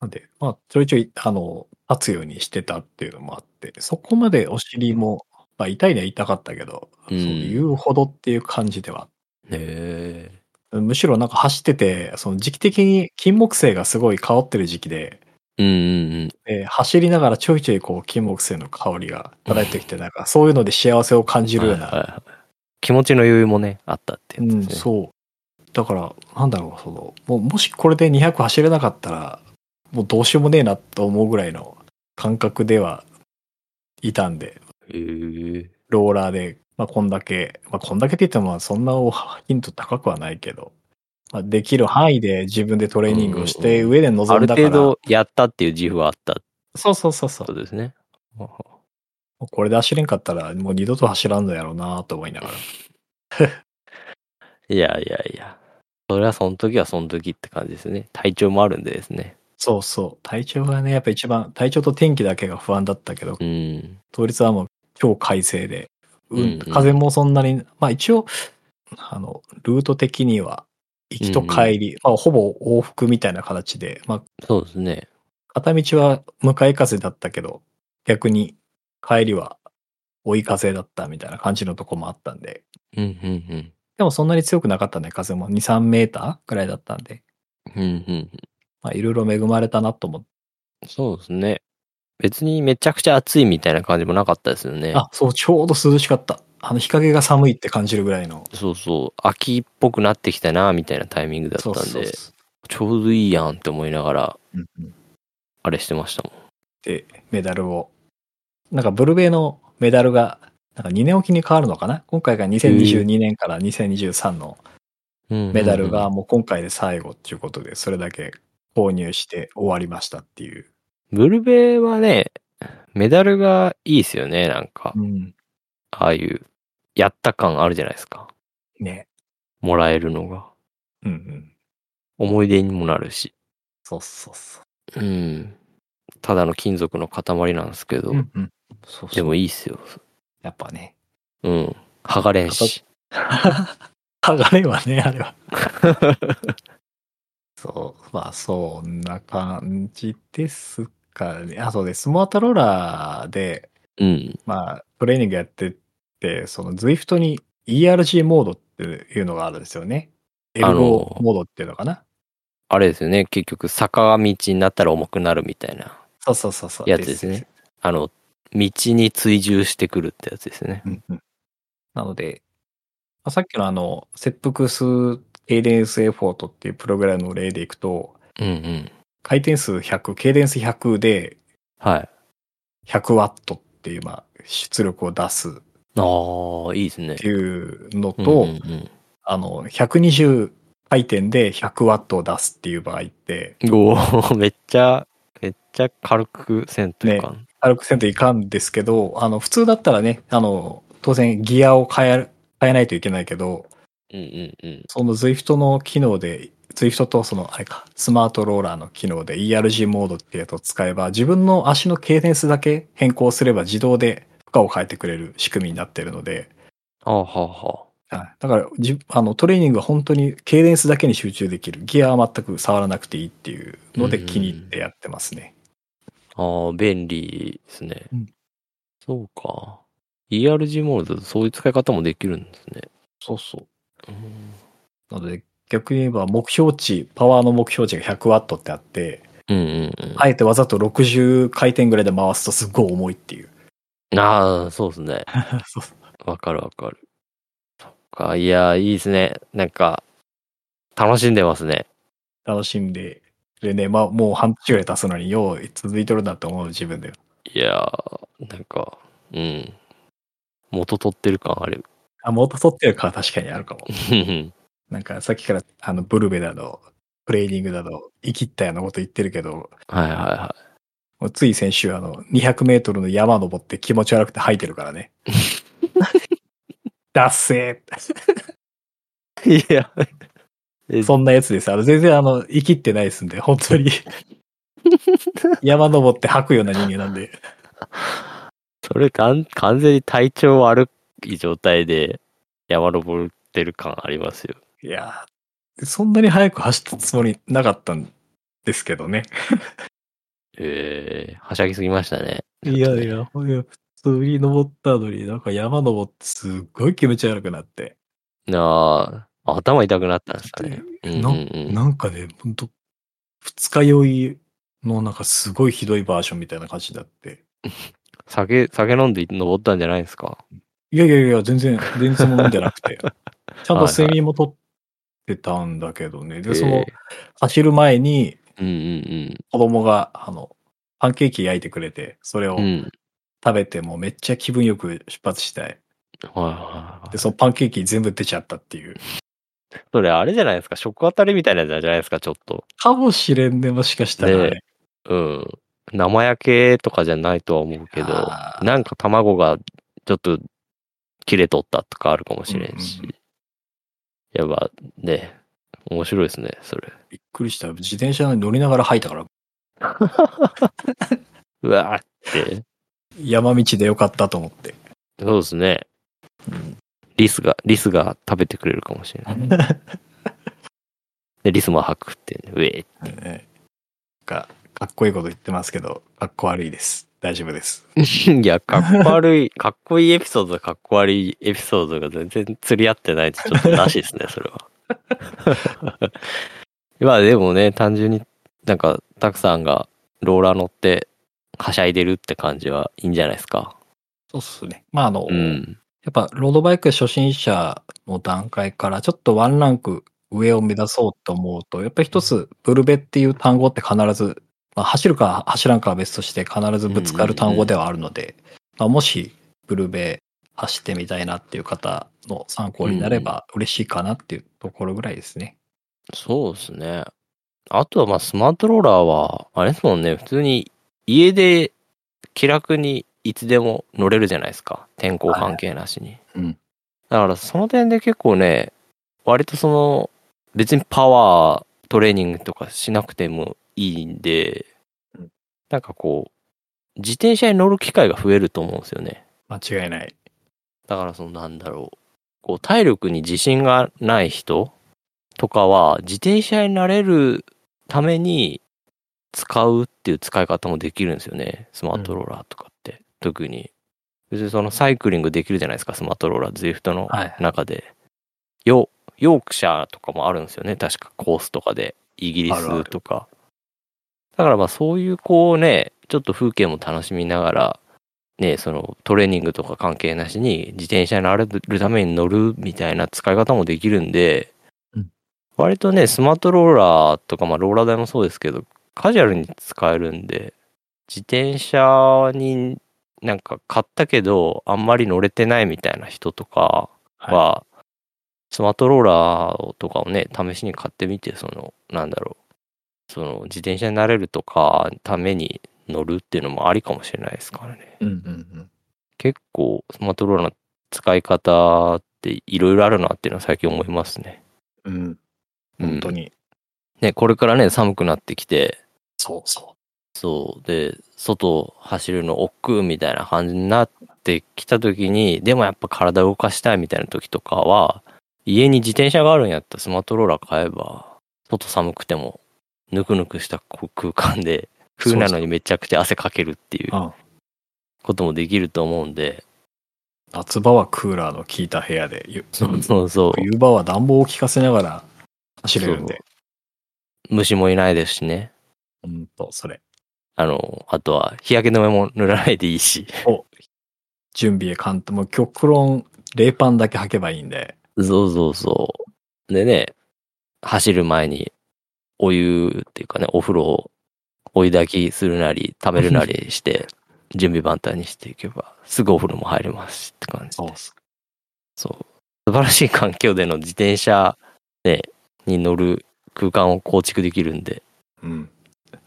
Speaker 1: なんで、まあ、ちょいちょい、あの、立つようにしてたっていうのもあって、そこまでお尻も、まあ、痛いには痛かったけど、
Speaker 2: うん
Speaker 1: そういうほどっていう感じでは。
Speaker 2: へ
Speaker 1: むしろなんか走ってて、その時期的に金木犀がすごい香ってる時期で、
Speaker 2: うんうんうん。
Speaker 1: えー走りながらちょいちょいこう金木犀の香りが漂ってきて、なんかそういうので幸せを感じるような
Speaker 2: はいはいはい気持ちの余裕もね、あったってや
Speaker 1: うん、
Speaker 2: つですね。
Speaker 1: そう。だから、なんだろう、その、もうもしこれで200走れなかったら、もうどうしようもねえなと思うぐらいの感覚ではいたんで、
Speaker 2: へー
Speaker 1: ローラーで、まあ、こんだけ、まあ、こんだけって言っても、そんなおヒント高くはないけど、まあ、できる範囲で自分でトレーニングをして、
Speaker 2: うん
Speaker 1: 上で
Speaker 2: あ
Speaker 1: 臨ん
Speaker 2: る
Speaker 1: だから、
Speaker 2: 程度やったっていう自負はあったって
Speaker 1: そうそうそうそ
Speaker 2: こと
Speaker 1: う。
Speaker 2: ですね。は
Speaker 1: もうこれで走れんかったら、もう二度と走らんのやろうなと思いながら。
Speaker 2: いやいやいや。それはその時はその時って感じですね。体調もあるんでですね。
Speaker 1: そうそう。体調がね、やっぱ一番、体調と天気だけが不安だったけど、
Speaker 2: うん。
Speaker 1: 当日はもう超快晴で、うん
Speaker 2: うんうん
Speaker 1: 風もそんなに、まあ一応、あの、ルート的には、行きと帰り、まあほぼ往復みたいな形で、まあ
Speaker 2: そうですね。
Speaker 1: 片道は向かい風だったけど、逆に帰りは追い風だったみたいな感じのとこもあったんで、
Speaker 2: うんうん
Speaker 1: でもそんなに強くなかったね、風も2、3メーターくらいだったんで、
Speaker 2: うん。うんうん
Speaker 1: まあいろいろ恵まれたなと思って、
Speaker 2: そうですね。別にめちゃくちゃ暑いみたいな感じもなかったですよね。
Speaker 1: あ、そう、ちょうど涼しかった。あの日陰が寒いって感じるぐらいの。
Speaker 2: そうそう。秋っぽくなってきたな、みたいなタイミングだったん
Speaker 1: そう
Speaker 2: で、
Speaker 1: そうそう
Speaker 2: ちょうどいいやんって思いながら、
Speaker 1: うんうん
Speaker 2: あれしてましたもん。
Speaker 1: で、メダルを。なんかブルベのメダルが、なんか2年おきに変わるのかな今回が2022年から2023の
Speaker 2: うんうんうん
Speaker 1: メダルが。もう今回で最後っていうことで、それだけ購入して終わりましたっていう。
Speaker 2: ブルベはね、メダルがいいですよね、なんか。ああいう、やった感あるじゃないですか。
Speaker 1: ね。
Speaker 2: もらえるのが。
Speaker 1: うんうん。
Speaker 2: 思い出にもなるし。
Speaker 1: そうそうそ
Speaker 2: うん。ただの金属の塊なんですけど、
Speaker 1: う。んうん。そうそう
Speaker 2: でもいいっすよ。
Speaker 1: やっぱね。
Speaker 2: うん。剥がれんし。
Speaker 1: 剥がれはね、あれは。 そう、まあそんな感じですかね。あとで、スモアトローラーで、
Speaker 2: うん。
Speaker 1: まあトレーニングやってて、その Zwift に ERG モードっていうのがあるんですよね。エル
Speaker 2: あ
Speaker 1: ゴ
Speaker 2: の
Speaker 1: モードっていうのかな。
Speaker 2: あれですよね。結局、坂道になったら重くなるみたいな
Speaker 1: そうそうそうそう。
Speaker 2: やつですね。。あの、道に追従してくるってやつですね。
Speaker 1: うんうんなので、まあ、さっきのあの、切腹数ケイデンスエフォートっていうプログラムの例でいくと、
Speaker 2: うんうん。
Speaker 1: 回転数100、ケイデンス100で
Speaker 2: はい。
Speaker 1: 100ワットっていう、まあ、出力を出すっ
Speaker 2: ああ、いいですね
Speaker 1: て。いうのと、
Speaker 2: うんうん
Speaker 1: あの、120回転で100ワットを出すっていう場合って、
Speaker 2: うん、おー めっちゃ、めっちゃ軽くせんというか。
Speaker 1: 軽くせんといかんですけど、あの、普通だったらね、あの、当然ギアを変える、変えないといけないけど、
Speaker 2: うんうんうん。
Speaker 1: その Zwift の機能で、Zwift とその、あれか、スマートローラーの機能で ERG モードってやつを使えば、自分の足のケーデンスだけ変更すれば自動で負荷を変えてくれる仕組みになってるので、
Speaker 2: ああ、はあは
Speaker 1: はいだからじあのトレーニングは本当にケーデンスだけに集中できるギアは全く触らなくていいっていうので
Speaker 2: うん
Speaker 1: 気に入ってやってますね、
Speaker 2: あ。ああ、便利ですね。
Speaker 1: うん
Speaker 2: そうか。ERG モールド、そういう使い方もできるんですね。
Speaker 1: そうそう
Speaker 2: うん
Speaker 1: なので逆に言えば目標値パワーの目標値が 100W ってあって
Speaker 2: うんうんうん。
Speaker 1: あえてわざと60回転ぐらいで回すとすごい重いって いう
Speaker 2: ああ、そうですね。
Speaker 1: そうそう
Speaker 2: わかるわかる。そっか、いやー、いいですね。なんか、楽しんでますね。
Speaker 1: 楽しんででね、まあ、もう半年ぐらい経つのによう続いとるなと思う自分で
Speaker 2: いやー、なんか、うん。元取ってる感ある。
Speaker 1: あ元取ってるから確かにあるかも
Speaker 2: うん
Speaker 1: なんかさっきからあのブルベだのトレーニングだの生きったようなこと言ってるけど
Speaker 2: はいはいは
Speaker 1: もうつい先週、あの、200メートルの山登って気持ち悪くて吐いてるから ね。だっせ
Speaker 2: い。いや、え
Speaker 1: ーそんなやつです。あの、全然あの、生きってないですんで、本当 に。山登って吐くような人間なんで。
Speaker 2: それかん完全に体調悪い状態で山登ってる感ありますよ。
Speaker 1: いやーそんなに速く走ったつもりなかったんですけどね。
Speaker 2: えー、はしゃぎすぎましたね。
Speaker 1: いやいや、普通に登ったのに、なんか山登ってすっごい気持ち悪くなって。
Speaker 2: なあ、頭痛くなったんですかね。うんうん
Speaker 1: なんかね、ほんと、二日酔いのなんかすごいひどいバージョンみたいな感じになって。
Speaker 2: 酒、酒飲んで登ったんじゃないですか。
Speaker 1: いやいやいや、全然、全然飲んでなく て。ちゃん
Speaker 2: はい
Speaker 1: と
Speaker 2: はい
Speaker 1: 睡眠もとってたんだけどね。で、そ
Speaker 2: え
Speaker 1: の、走る前に
Speaker 2: ーうんうん
Speaker 1: 子供が、あの、パンケーキ焼いてくれて、それを
Speaker 2: うん。うん。
Speaker 1: 食べて、もうめっちゃ気分よく出発したい。
Speaker 2: はいはいはい
Speaker 1: で、。そのパンケーキ全部出ちゃったっていう。
Speaker 2: それあれじゃないですか、食当たりみたいなやつじゃないですか、ちょっと。
Speaker 1: かもしれんね、もしかしたらね、
Speaker 2: ねうん。生焼けとかじゃないとは思うけど、
Speaker 1: あー
Speaker 2: なんか卵がちょっと切れとったとかあるかもしれんし。
Speaker 1: うん
Speaker 2: やば、ね、面白いですね、それ。
Speaker 1: びっくりした。自転車に乗りながら吐いたから、
Speaker 2: うわーって。
Speaker 1: 山道でよかったと思って。
Speaker 2: そうですね。リスが、リスが食べてくれるかもしれない。で、リスも吐くっていうね、ウェイ。
Speaker 1: ね、なんかかっこいいこと言ってますけど、かっこ悪いです。大丈夫です。
Speaker 2: いや、かっこ悪い、 かっこいいエピソードとかっこ悪いエピソードが全然釣り合ってないってちょっとらしいですね、それは。 まあでもね、単純になんか、たくさんがローラー乗って、はしゃいでるって感じはいいんじゃないですか。
Speaker 1: そうっすね。まあ、あの、
Speaker 2: うん。
Speaker 1: やっぱロードバイク初心者の段階からちょっとワンランク上を目指そうと思うと、やっぱり一つブルベっていう単語って必ず、まあ、走るか走らんかは別として必ずぶつかる単語ではあるので、まあ、もしブルベ走ってみたいなっていう方の参考になれば嬉しいかなっていうところぐらいですね。
Speaker 2: そうですね。あとはまあ、スマートローラーは、あれですもんね、普通に家で気楽にいつでも乗れるじゃないですか。天候関係なしに。
Speaker 1: うん。
Speaker 2: だからその点で結構ね、割とその、別にパワートレーニングとかしなくてもいいんで
Speaker 1: うん、
Speaker 2: なんかこう、自転車に乗る機会が増えると思うんですよね。
Speaker 1: 間違いない。
Speaker 2: だからそのなんだろう。こう、体力に自信がない人とかは、自転車になれるために使うっていう使い方もできるんですよね。スマートローラーとかって。特に。別にそのサイクリングできるじゃないですか、スマートローラー、ズイフトの。
Speaker 1: はい。
Speaker 2: 中で、ヨヨークシャーとかもあるんですよね。確かコースとかで、イギリ
Speaker 1: あるある
Speaker 2: スとか。だからまあそういうこうね、ちょっと風景も楽しみながら、ね、そのトレーニングとか関係なしに自転車に慣れるために乗るみたいな使い方もできるんで、
Speaker 1: うん
Speaker 2: 割とね、スマートローラーとか、まあローラー台もそうですけど、カジュアルに使えるんで、自転車になんか買ったけど、あんまり乗れてないみたいな人とかは、スマートローラーとかをね、試しに買ってみて、その、なんだろう、その、自転車になれるとか、ために乗るっていうのもありかもしれないですからね。
Speaker 1: うんうんうん。
Speaker 2: 結構、スマートローラーの使い方っていろいろあるなっていうのは最近思いますね。
Speaker 1: うん。
Speaker 2: うん
Speaker 1: 本当に。
Speaker 2: ね、これからね、寒くなってきて、
Speaker 1: そうそ
Speaker 2: そう。で、外走るの億劫みたいな感じになってきた時に、でもやっぱ体動かしたいみたいな時とかは、家に自転車があるんやったらスマートローラー買えば、外寒くても、ぬくぬくしたこ空間で、冬なのにめちゃくちゃ汗かけるっていう
Speaker 1: う。うん。
Speaker 2: こともできると思うんで、
Speaker 1: 夏場はクーラーの効いた部屋で、ゆ
Speaker 2: そうそうそう。
Speaker 1: 冬場は暖房を効かせながら走れるんで。
Speaker 2: 虫もいないですしね。
Speaker 1: うんと、それ。
Speaker 2: あの、あとは日焼け止めも塗らないでいいし。
Speaker 1: 準備へ簡単。もう極論、冷パンだけ履けばいいんで。
Speaker 2: そうそうそう。でね、走る前に、お湯っていうかね、お風呂をお湯炊きするなり、食べるなり して、準備万端にしていけば、すぐお風呂も入れますしって感じで。
Speaker 1: す。
Speaker 2: そう。素晴らしい環境での自転車、ね、に乗る空間を構築できるんで、
Speaker 1: うん。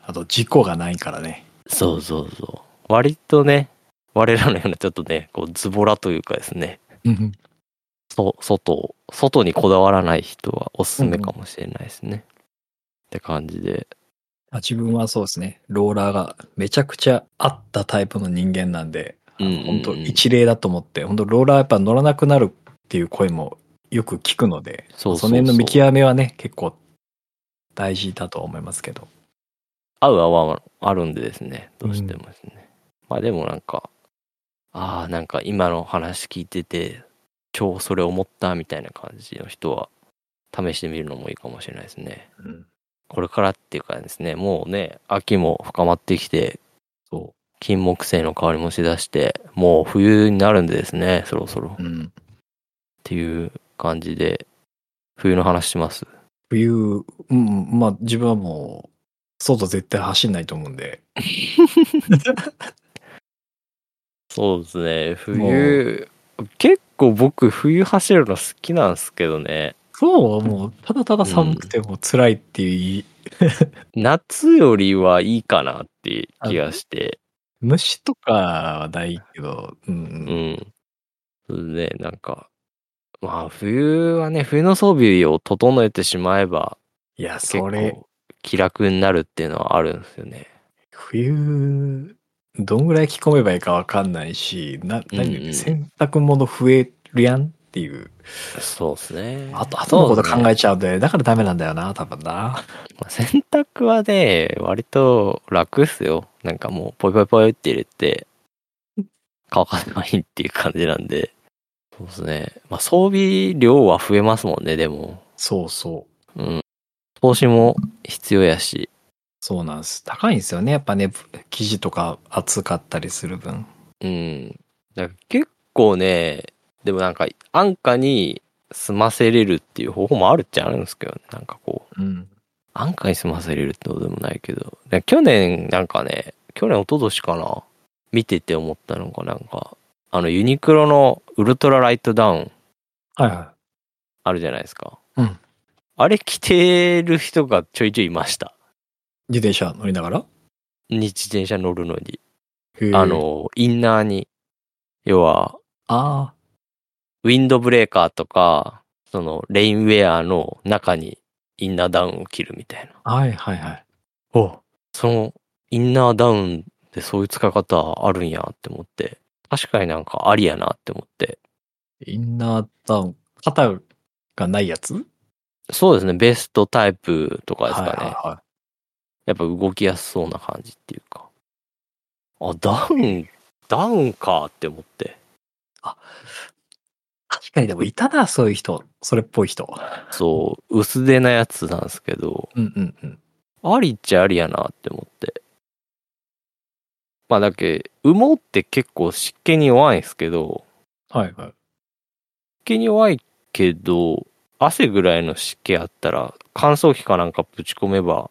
Speaker 1: あと、事故がないからね。
Speaker 2: そうそうそう。割とね、我らのようなちょっとね、こう、ズボラというかですね、そ外を外にこだわらない人はおすすめかもしれないですね。って感じで。
Speaker 1: まあ自分はそうですね。ローラーがめちゃくちゃあったタイプの人間なんで、あ
Speaker 2: う
Speaker 1: の
Speaker 2: んうんうん
Speaker 1: 本当一例だと思って、本当ローラーやっぱ乗らなくなるっていう声もよく聞くので、
Speaker 2: そうそうそう
Speaker 1: の辺の見極めはね、結構大事だと思いますけど。
Speaker 2: 合う合わんはあるんでですね。どうしてもですね。まあでもなんか、ああ、なんか今の話聞いてて、超それ思ったみたいな感じの人は、試してみるのもいいかもしれないですね。
Speaker 1: うん。
Speaker 2: これからっていうかですね、もうね、秋も深まってきて、
Speaker 1: そ
Speaker 2: 金木犀の香りもしだして、もう冬になるんでですね、そろそろ。
Speaker 1: う。うん。
Speaker 2: っていう感じで、冬の話します。
Speaker 1: 冬、うんうん、まあ自分はもう、外絶対走んないと思うんで、
Speaker 2: そうですね、
Speaker 1: 冬
Speaker 2: 冬、結構僕、冬走るの好きなんですけどね、
Speaker 1: そう、もう、ただただ寒くてもう辛いっていう、
Speaker 2: 夏よりはいいかなっていう気がして、
Speaker 1: 虫とかはないけど、うんう。
Speaker 2: うんん。それでね、なんか、まあ、冬はね、冬の装備を整えてしまえば、
Speaker 1: いや、
Speaker 2: 結
Speaker 1: それ、
Speaker 2: 構、気楽になるっていうのはあるんですよね。
Speaker 1: 冬、どんぐらい着込めばいいかわかんないし、な、何よ
Speaker 2: うんう
Speaker 1: り
Speaker 2: ん
Speaker 1: 洗濯物増えるやんっていう、
Speaker 2: そうですね。
Speaker 1: あと、後のこと考
Speaker 2: え
Speaker 1: えちゃうんで、だからダメなんだよな、多分な。
Speaker 2: まあ洗濯はね、割と楽っすよ。なんかもう、ぽいぽいぽいって入れて、乾かないっていう感じなんで、そうですね。まあ、装備量は増えますもんね、でも。
Speaker 1: そうそう。
Speaker 2: うん。投資も必要やし。
Speaker 1: そうなんです。高いんですよね。やっぱね、生地とか厚かったりする分。
Speaker 2: うん。だから結構ね、でもなんか、安価に済ませれるっていう方法もあるっちゃあるんですけどね。なんかこう、
Speaker 1: うん。
Speaker 2: 安価に済ませれるってことでもないけど。で去年なんかね、去年一昨年かな見てて思ったのがなんか、あのユニクロのウルトラライトダウン
Speaker 1: はいは
Speaker 2: あるじゃないですか。
Speaker 1: うん
Speaker 2: あれ着てる人がちょいちょいいました。
Speaker 1: い。自転車乗りながら
Speaker 2: に自転車乗るのに。
Speaker 1: へー
Speaker 2: あ、の、インナーに。要は、
Speaker 1: あ
Speaker 2: ウィンドブレーカーとか、そのレインウェアの中にインナーダウンを着るみたいな。
Speaker 1: あ、はいはいはい。
Speaker 2: おそのインナーダウンってそういう使い方あるんやって思って確かになんかありやなって思って
Speaker 1: インナーダウン、肩がないやつで
Speaker 2: そうですねベストタイプとかですかね、
Speaker 1: はいはいはい。
Speaker 2: やっぱ動きやすそうな感じっていうかあダウンダウンかって思って
Speaker 1: 確かにでもいたな、そういう人。それっぽい人。
Speaker 2: そう薄手なやつなんですけど
Speaker 1: うんうんうん。
Speaker 2: ありっちゃありやなって思ってまあだけど羽毛って結構湿気に弱いんですけど
Speaker 1: はいはい。
Speaker 2: 湿気に弱いけど汗ぐらいの湿気あったら乾燥機かなんかぶち込めば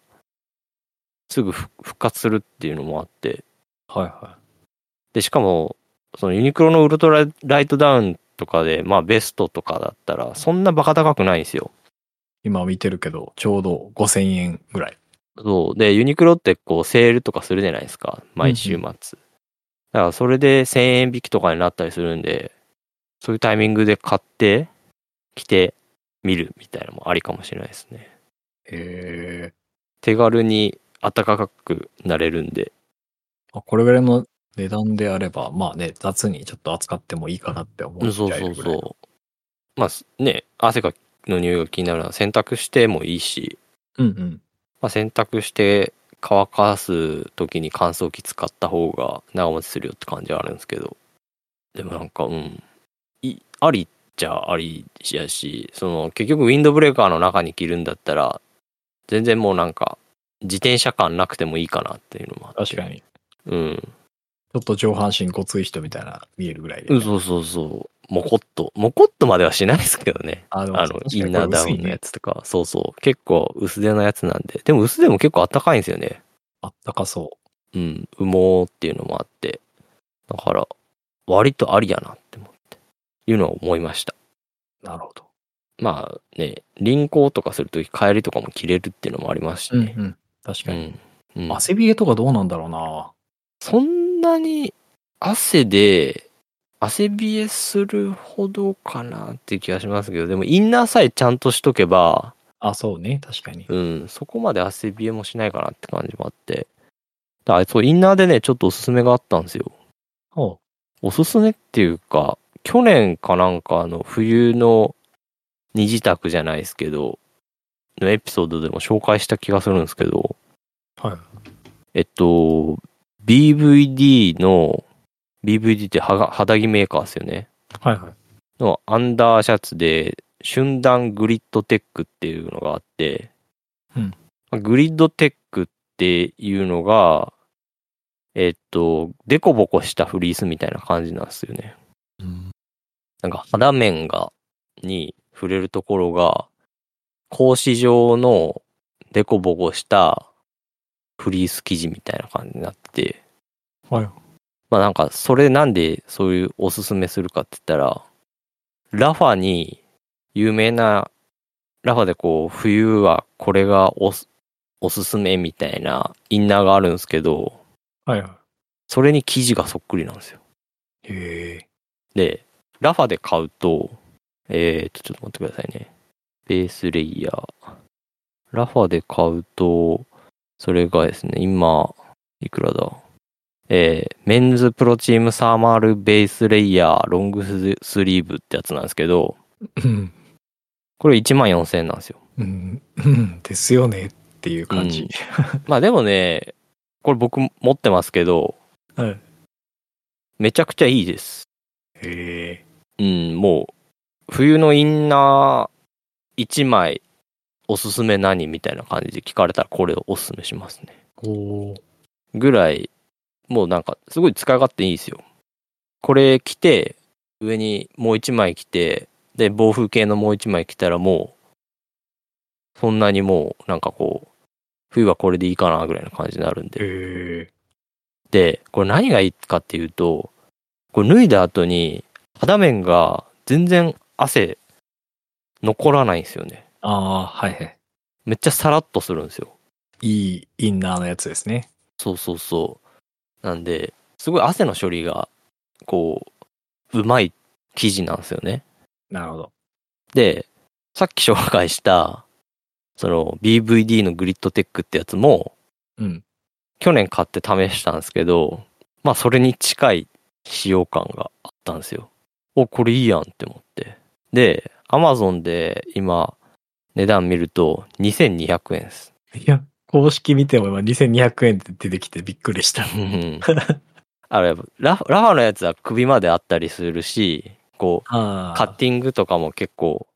Speaker 2: すぐふ復活するっていうのもあって
Speaker 1: はいは
Speaker 2: でしかもそのユニクロのウルトラライトダウンとかでまあベストとかだったらそんなバカ高くないんですよ
Speaker 1: い。今見てるけど、ちょうど5000円ぐらい。
Speaker 2: そうでユニクロってこうセールとかするじゃないですか毎週末、だからそれで1000円引きとかになったりするんでそういうタイミングで買って着てみるみたいなのもありかもしれないですね
Speaker 1: へえ。
Speaker 2: 手軽に暖かくなれるんで、
Speaker 1: あこれぐらいの値段であれば、まあね、雑にちょっと扱ってもいいかなって思っちゃ
Speaker 2: そ
Speaker 1: え
Speaker 2: う
Speaker 1: る
Speaker 2: そ
Speaker 1: ぐ
Speaker 2: う
Speaker 1: らいの
Speaker 2: そうまあすね汗がの匂いが気になるのは洗濯してもいいし、
Speaker 1: うんうん。
Speaker 2: まあ、洗濯して乾かす時に乾燥機使った方が長持ちするよって感じはあるんですけどでもなんかうんいありっちゃありやしその結局ウィンドブレーカーの中に着るんだったら全然もうなんか自転車感なくてもいいかなっていうのもあって
Speaker 1: 確かに。ち
Speaker 2: うん
Speaker 1: ょっと上半身ごつい人みたいな見えるぐらいで。
Speaker 2: うんそうそうそう。もこっと。もこっとまではしないですけどね。
Speaker 1: あの
Speaker 2: あの、インナーダウンのや
Speaker 1: ね。
Speaker 2: つとか。そうそう。結構薄手のやつなんで。でも薄手も結構あったかいんですよね。
Speaker 1: あったかそ
Speaker 2: うん。羽毛っていうのもあって。だから、割とありやなって思って。いうのは思いました。
Speaker 1: う。なるほど。
Speaker 2: まあね、輪行とかするとき帰りとかも着れるっていうのもありますし
Speaker 1: うんう
Speaker 2: ね。
Speaker 1: ん。確
Speaker 2: う
Speaker 1: かに。
Speaker 2: ん。うん
Speaker 1: 汗びえとかどうなんだろうな。
Speaker 2: そんなに汗で汗冷えするほどかなっていう気がしますけど、でもインナーさえちゃんとしとけば、
Speaker 1: あ、そうね。確かに。
Speaker 2: うん、そこまで汗冷えもしないかなって感じもあって。だからそう、インナーでね、ちょっとおすすめがあったんですよ。
Speaker 1: ほ
Speaker 2: おすすめっていうか、去年かなんかあの冬の二次宅じゃないですけど、のエピソードでも紹介した気がするんですけど、
Speaker 1: う。はい。
Speaker 2: えっと、BVD の、BVD って肌肌着メーカーですよね。
Speaker 1: はいはい。
Speaker 2: のアンダーシャツで、瞬断グリッドテックっていうのがあって、
Speaker 1: うん
Speaker 2: まあグリッドテックっていうのが、えっと、デコボコしたフリースみたいな感じなんですよね。
Speaker 1: うん
Speaker 2: なんか肌面が、に触れるところが、格子状のデコボコしたフリース生地みたいな感じになってて、
Speaker 1: はい。
Speaker 2: まあなんか、それなんでそういうおすすめするかって言ったら、ラファに有名な、ラファでこう、冬はこれがおすおすすめみたいなインナーがあるんですけど、
Speaker 1: はいは
Speaker 2: それに生地がそっくりなんですよ。
Speaker 1: い。へえ。
Speaker 2: で、ラファで買うと、えー、っと、ちょっと待ってくださいね。ベースレイヤー。ラファで買うと、それがですね、今、いくらだえー、メンズプロチームサーマルベースレイヤーロングスリーブってやつなんですけど、
Speaker 1: うん。
Speaker 2: これ1万4000円なんですよ。
Speaker 1: うん。うんですよねっていう感
Speaker 2: うん
Speaker 1: じ。
Speaker 2: まあでもね、これ僕持ってますけど、
Speaker 1: はい
Speaker 2: めちゃくちゃいいです。
Speaker 1: へ
Speaker 2: うん、もう、冬のインナー1枚、おすすめ何みたいな感じで聞かれたら、これをおすすめしますね。
Speaker 1: え。おー
Speaker 2: ぐらい、もうなんか、すごい使い勝手いいですよ。これ着て、上にもう1枚着て、で、暴風系のもう1枚着たら、もう、そんなにもう、なんかこう、冬はこれでいいかな、ぐらいな感じになるんで。
Speaker 1: へえ。
Speaker 2: で、これ何がいいかっていうと、これ脱いだ後に肌面が全然汗残らないんですよね。
Speaker 1: ああー、はいはい。
Speaker 2: めっちゃサラッとするんですよ。
Speaker 1: いいインナーのやつですね。
Speaker 2: そうそうそう。なんで、すごい汗の処理が、こう、うまい生地なんですよね。
Speaker 1: なるほど。
Speaker 2: で、さっき紹介した、その BVD のグリッドテックってやつも、
Speaker 1: うん。
Speaker 2: 去年買って試したんですけど、まあそれに近い使用感があったんですよ。お、これいいやんって思って。で、Amazon で今値段見ると2200円です。
Speaker 1: いや、公式見ても今2200円で出てきてびっくりした。
Speaker 2: うんあれ、ラフラファのやつは首まであったりするし、こう、
Speaker 1: あ
Speaker 2: カッティングとかも結構、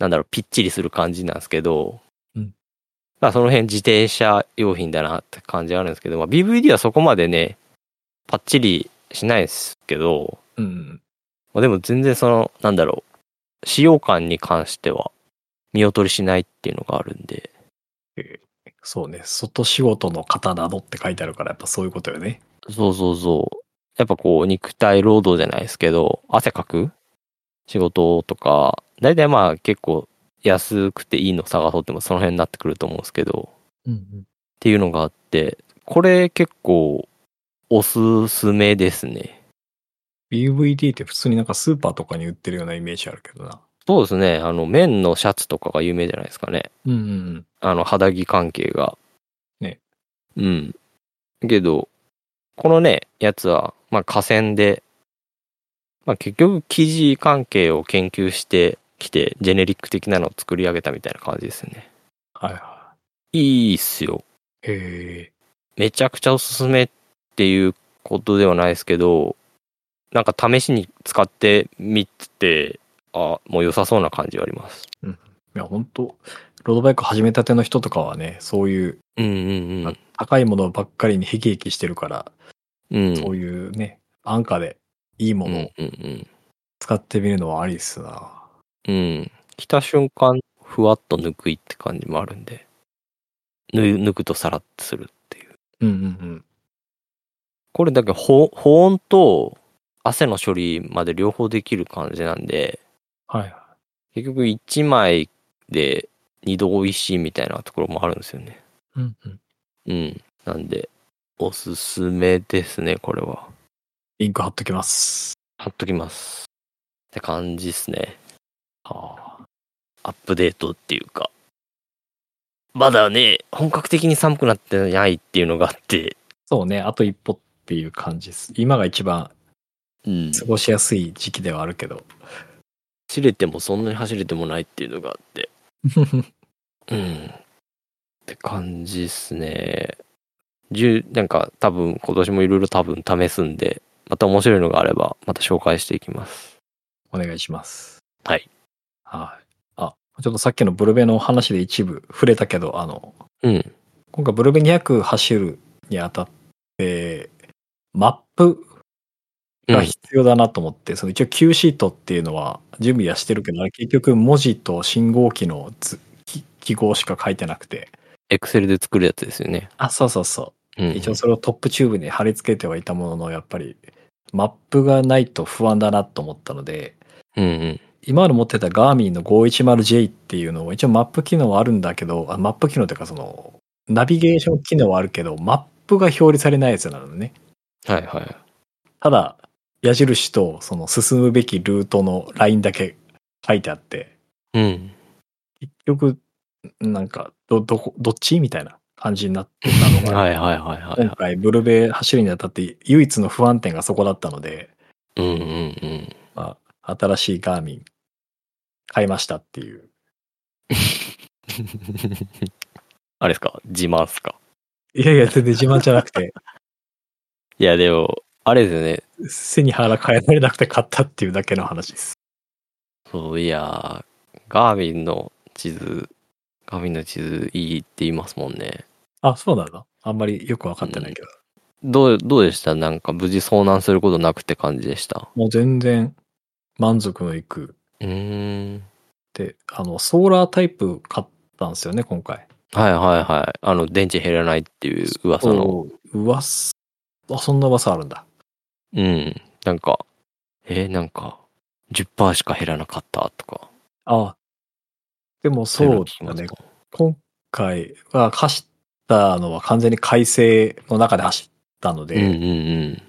Speaker 2: なんだろう、ぴっちりする感じなんですけど、
Speaker 1: うん
Speaker 2: まあその辺自転車用品だなって感じがあるんですけど、まあ、BVD はそこまでね、パッチリしないですけど、
Speaker 1: うん。
Speaker 2: まあ、でも全然その、なんだろう、使用感に関しては見劣りしないっていうのがあるんで、
Speaker 1: そうね。外仕事の方などって書いてあるから、やっぱそういうことよね。
Speaker 2: そうそうそう。やっぱこう、肉体労働じゃないですけど、汗かく仕事とか、大体まあ結構安くていいの探そうってもその辺になってくると思うんですけど、
Speaker 1: うんうん。
Speaker 2: っていうのがあって、これ結構おすすめですね。
Speaker 1: BVD って普通になんかスーパーとかに売ってるようなイメージあるけどな。
Speaker 2: そうですね。あの、綿のシャツとかが有名じゃないですかね。
Speaker 1: うんうんうん。
Speaker 2: あの、肌着関係が。
Speaker 1: ね。
Speaker 2: うん。けど、このね、やつは、まあ、河川で、まあ、結局、生地関係を研究してきて、ジェネリック的なのを作り上げたみたいな感じですね。
Speaker 1: はいはい
Speaker 2: いっすよ。
Speaker 1: い。へ
Speaker 2: めちゃくちゃおすすめっていうことではないですけど、なんか試しに使ってみて、あ、もう良さそうな感じはあります。
Speaker 1: え。いや、本当ロードバイク始めたての人とかはね、そういう
Speaker 2: うんうんうん。
Speaker 1: 高いものばっかりにヘキヘキしてるから、
Speaker 2: うん。
Speaker 1: そういうね、安価でいいも
Speaker 2: うんう
Speaker 1: のを
Speaker 2: んうん。
Speaker 1: 使ってみるのはありっすな。
Speaker 2: うん。着た瞬間、ふわっとぬくいって感じもあるんで。ぬ、ぬくとさらっとするっていう。
Speaker 1: うんうん
Speaker 2: これだけ保保温と汗の処理まで両方できる感じなんで、
Speaker 1: うん。はい。
Speaker 2: 結局1枚で2度美味しいみたいなところもあるんですよね。
Speaker 1: うんうん。
Speaker 2: うん。なんで、おすすめですね、これは。
Speaker 1: リンク貼っときます。
Speaker 2: 貼っときます。って感じですね。
Speaker 1: はあ。
Speaker 2: アップデートっていうか、まだね、本格的に寒くなってないっていうのがあって、
Speaker 1: そうね、あと一歩っていう感じです。今が一番
Speaker 2: うん
Speaker 1: 過ごしやすい時期ではあるけ ど。
Speaker 2: 走れてもそんなに走れてもないっていうのがあって、うん。って感じっすね。じゅなんか多分今年もいろいろ多分試すんで、また面白いのがあれば、また紹介していきます。
Speaker 1: お願いします。
Speaker 2: はい。
Speaker 1: はい。あ、ちょっとさっきのブルベの話で一部触れたけど、あの、
Speaker 2: うん。
Speaker 1: 今回ブルベ200走るにあたって、マップが必要だなと思って、その一応 Q シートっていうのは準備はしてるけど、あれ結局文字と信号機の図記記号しか書いてなくて、
Speaker 2: エクセルで作るやつですよね。
Speaker 1: あ、そうそうそう。
Speaker 2: うん。
Speaker 1: 一応それをトップチューブに貼り付けてはいたものの、やっぱりマップがないと不安だなと思ったので、
Speaker 2: うんうん。
Speaker 1: 今まで持ってたガーミンの 510J っていうのを一応マップ機能はあるんだけど、あマップ機能というかその、ナビゲーション機能はあるけど、マップが表示されないやつなのね。
Speaker 2: はいはい。
Speaker 1: ただ、矢印とその進むべきルートのラインだけ書いてあって、
Speaker 2: うん。
Speaker 1: 結局、なんか、ど、どこ、どっちみたいな感じになってたのが、
Speaker 2: はいはいはいはい
Speaker 1: 今
Speaker 2: は
Speaker 1: 回ブルベ走るにあたって唯一の不安点がそこだったので、
Speaker 2: い。うんうんうん。
Speaker 1: まあ、新しいガーミン買いましたっていう。
Speaker 2: あれですか自慢っすか
Speaker 1: いやいや、全然自慢じゃなくて、
Speaker 2: いや、でも、あれですよね。
Speaker 1: 背に腹変えられなくて買ったっていうだけの話です。
Speaker 2: そういやー、ガーミンの地図、ガーミンの地図いいって言いますもんね。
Speaker 1: あ、そうなんだ。あんまりよくわかってないけど。
Speaker 2: どう、どうでしたなんか無事遭難することなくって感じでした。
Speaker 1: もう全然満足のいく。
Speaker 2: うーん。
Speaker 1: で、あの、ソーラータイプ買ったんですよね、今回。
Speaker 2: はいはいはい。あの、電池減らないっていう噂の。
Speaker 1: おー。噂、あ、そんな噂あるんだ。
Speaker 2: うん。なんか、えーなんか、10%しか減らなかったとか。
Speaker 1: あでも
Speaker 2: い
Speaker 1: そう
Speaker 2: の
Speaker 1: う
Speaker 2: 聞きま
Speaker 1: だ
Speaker 2: す
Speaker 1: ね。今回は走ったのは完全に快晴の中で走ったので、
Speaker 2: うんうんうん。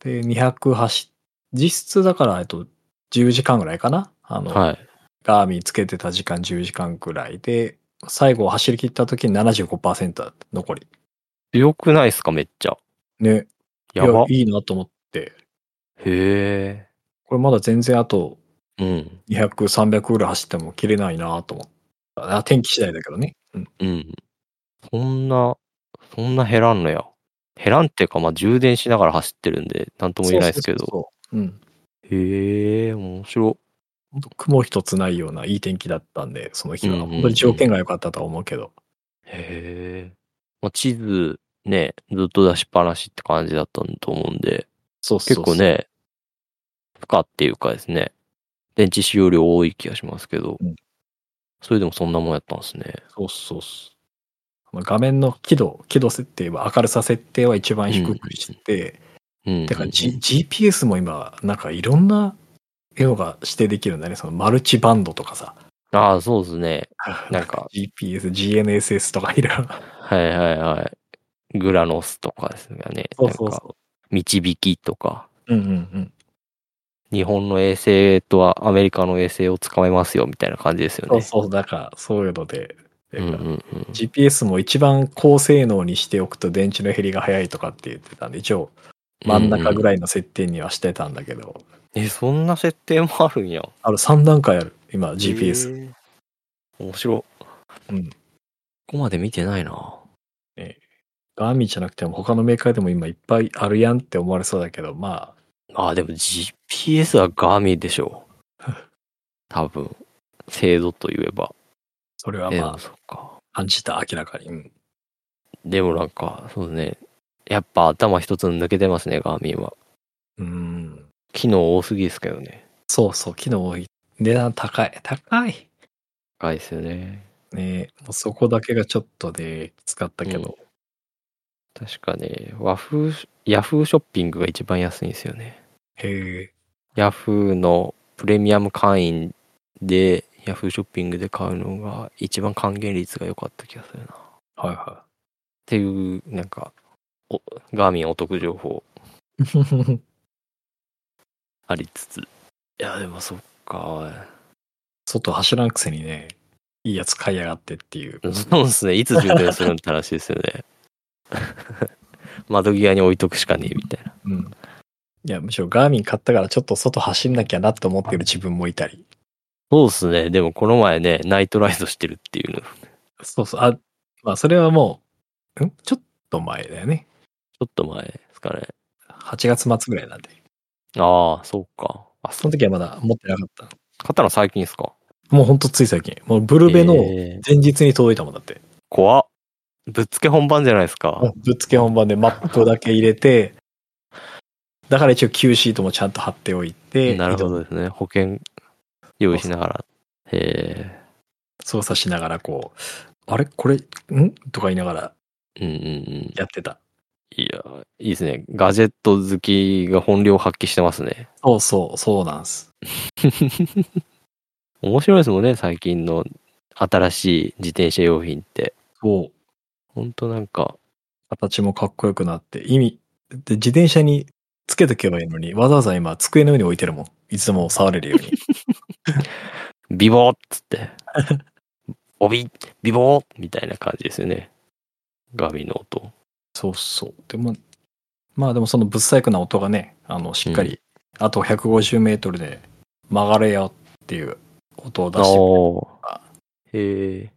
Speaker 1: で、200走っ、実質だから、えっと、10時間ぐらいかなあの、
Speaker 2: はい。
Speaker 1: ガーミンつけてた時間10時間ぐらいで、最後走り切った時に75%だった残り。
Speaker 2: 強くないっすかめっちゃ。
Speaker 1: ね。
Speaker 2: やば。
Speaker 1: いや、いいなと思って。
Speaker 2: へ
Speaker 1: これまだ全然あと
Speaker 2: え。うん。
Speaker 1: 200、300ぐらい走っても切れないなと思った。あ天気次第だけどね。うん。
Speaker 2: うん。そんな、そんな減らんのや。減らんっていうか、まあ、充電しながら走ってるんで、なんとも言えないですけ
Speaker 1: そうそ
Speaker 2: ど。
Speaker 1: うそうそう。うん。
Speaker 2: へえ、面白。
Speaker 1: ほんと雲一つないようないい天気だったんで、その日は。
Speaker 2: うんうんうん
Speaker 1: 本当に条件が良かったとは思うけど。
Speaker 2: へえ。まあ、地図、ね、ずっと出しっぱなしって感じだったと思うんで、
Speaker 1: そうそう
Speaker 2: 結
Speaker 1: そう
Speaker 2: 構。ね、負荷っていうかですね、電池使用量多い気がしますけど、
Speaker 1: うん
Speaker 2: それでもそんなもんやったんですね。
Speaker 1: そうそうそう。あの画面の輝度、輝度設定は明るさ設定は一番低くして、
Speaker 2: うん。
Speaker 1: だから、G、GPS も今、なんかいろんな用が指定できるんだね。そのマルチバンドとかさ。
Speaker 2: ああ、そうですね。 な んか
Speaker 1: GPS、GNSS とかいろい ろ。
Speaker 2: はいはいはい。グラノスとかですがね。
Speaker 1: そうそう
Speaker 2: なんか
Speaker 1: そ
Speaker 2: 導きとか。
Speaker 1: う。うんうんうん。
Speaker 2: 日本の衛星とはアメリカの衛星を捕まえますよみたいな感じですよ
Speaker 1: そう
Speaker 2: ね。
Speaker 1: そう、だからそういうので。
Speaker 2: うんうんうん
Speaker 1: GPS も一番高性能にしておくと電池の減りが早いとかって言ってたんで、一応真ん中ぐ
Speaker 2: い。
Speaker 1: らいの設定にはしてたんだけど、
Speaker 2: え、そんな設定もあるんや。
Speaker 1: ある3段階ある、今 GPS。
Speaker 2: へー。面白い。
Speaker 1: うん
Speaker 2: ここまで見てないな。
Speaker 1: ガーミンじゃなくても他のメーカーでも今いっぱいあるやんって思われそうだけど、まあ、
Speaker 2: あ、でも GPS はガーミンで しょう。多分。精度といえば。
Speaker 1: それは
Speaker 2: えで
Speaker 1: ま
Speaker 2: もそっか。
Speaker 1: あ、感じた、明らかに。うん
Speaker 2: でもなんか、そうね。やっぱ頭一つ抜けてますね、ガーミンは。
Speaker 1: うん。
Speaker 2: 機能多すぎですけどね。
Speaker 1: そうそう、機能多い。値段高い。高い。
Speaker 2: 高いですよね。
Speaker 1: ねもうそこだけがちょっとね、きつかったけど。
Speaker 2: 確かね、和風、ヤフーショッピングが一番安いんですよね。
Speaker 1: へえ。
Speaker 2: ヤフーのプレミアム会員で、ヤフーショッピングで買うのが一番還元率が良かった気がするな。っ
Speaker 1: はいは
Speaker 2: ていう、なんか、おガーミンお得情報
Speaker 1: い。
Speaker 2: ありつつ。いや、でもそっか。
Speaker 1: 外走らんくせにね、いいやつ買いやがってっていう。
Speaker 2: そうですね。いつ充電するんって話ですよね。 窓際に置いとくしかねえみたいな。
Speaker 1: うん。いや、むしろガーミン買ったからちょっと外走んなきゃなと思ってる自分もいたり。
Speaker 2: そうですね。でもこの前ね、ナイトライドしてるっていうの
Speaker 1: そうそう。あ、まあそれはもう、んちょっと前だよね。
Speaker 2: ちょっと前ですかね。
Speaker 1: 8月末ぐらいなんで。
Speaker 2: ああ、そうか。あ、
Speaker 1: その時はまだ持ってなかった。
Speaker 2: 買ったの最近ですか
Speaker 1: もうほんとつい最近。もうブルベの
Speaker 2: えー
Speaker 1: 前日に届いたもんだって。
Speaker 2: 怖っ。ぶっつけ本番じゃないですか。
Speaker 1: もうぶっつけ本番でマップだけ入れて、だから一応 Q シートもちゃんと貼っておいて、
Speaker 2: なるほ
Speaker 1: 移動
Speaker 2: どですね。保険用意しながら。へ
Speaker 1: 操作しながらこう、あれこれ、んとか言いながら
Speaker 2: え。うんうんうん。
Speaker 1: やってた。
Speaker 2: いや、いいですね。ガジェット好きが本領発揮してますね。
Speaker 1: そうそう、そうなんす。
Speaker 2: 面白いですもんね、最近の新しい自転車用品って。
Speaker 1: そう。
Speaker 2: ほんとなんか、
Speaker 1: 形もかっこよくなって、意味、で自転車につけとけばいいのに、わざわざ今机の上に置いてるもん。いつでも触れるよ うに。
Speaker 2: ビボーっつって。おびビボーみたいな感じですよね。ガミの音。
Speaker 1: そうそう。でも、まあでもそのぶっ細工な音がね、あの、しっかり、あと150メートルで曲がれよっていう音を出してくれる
Speaker 2: あー。へえ。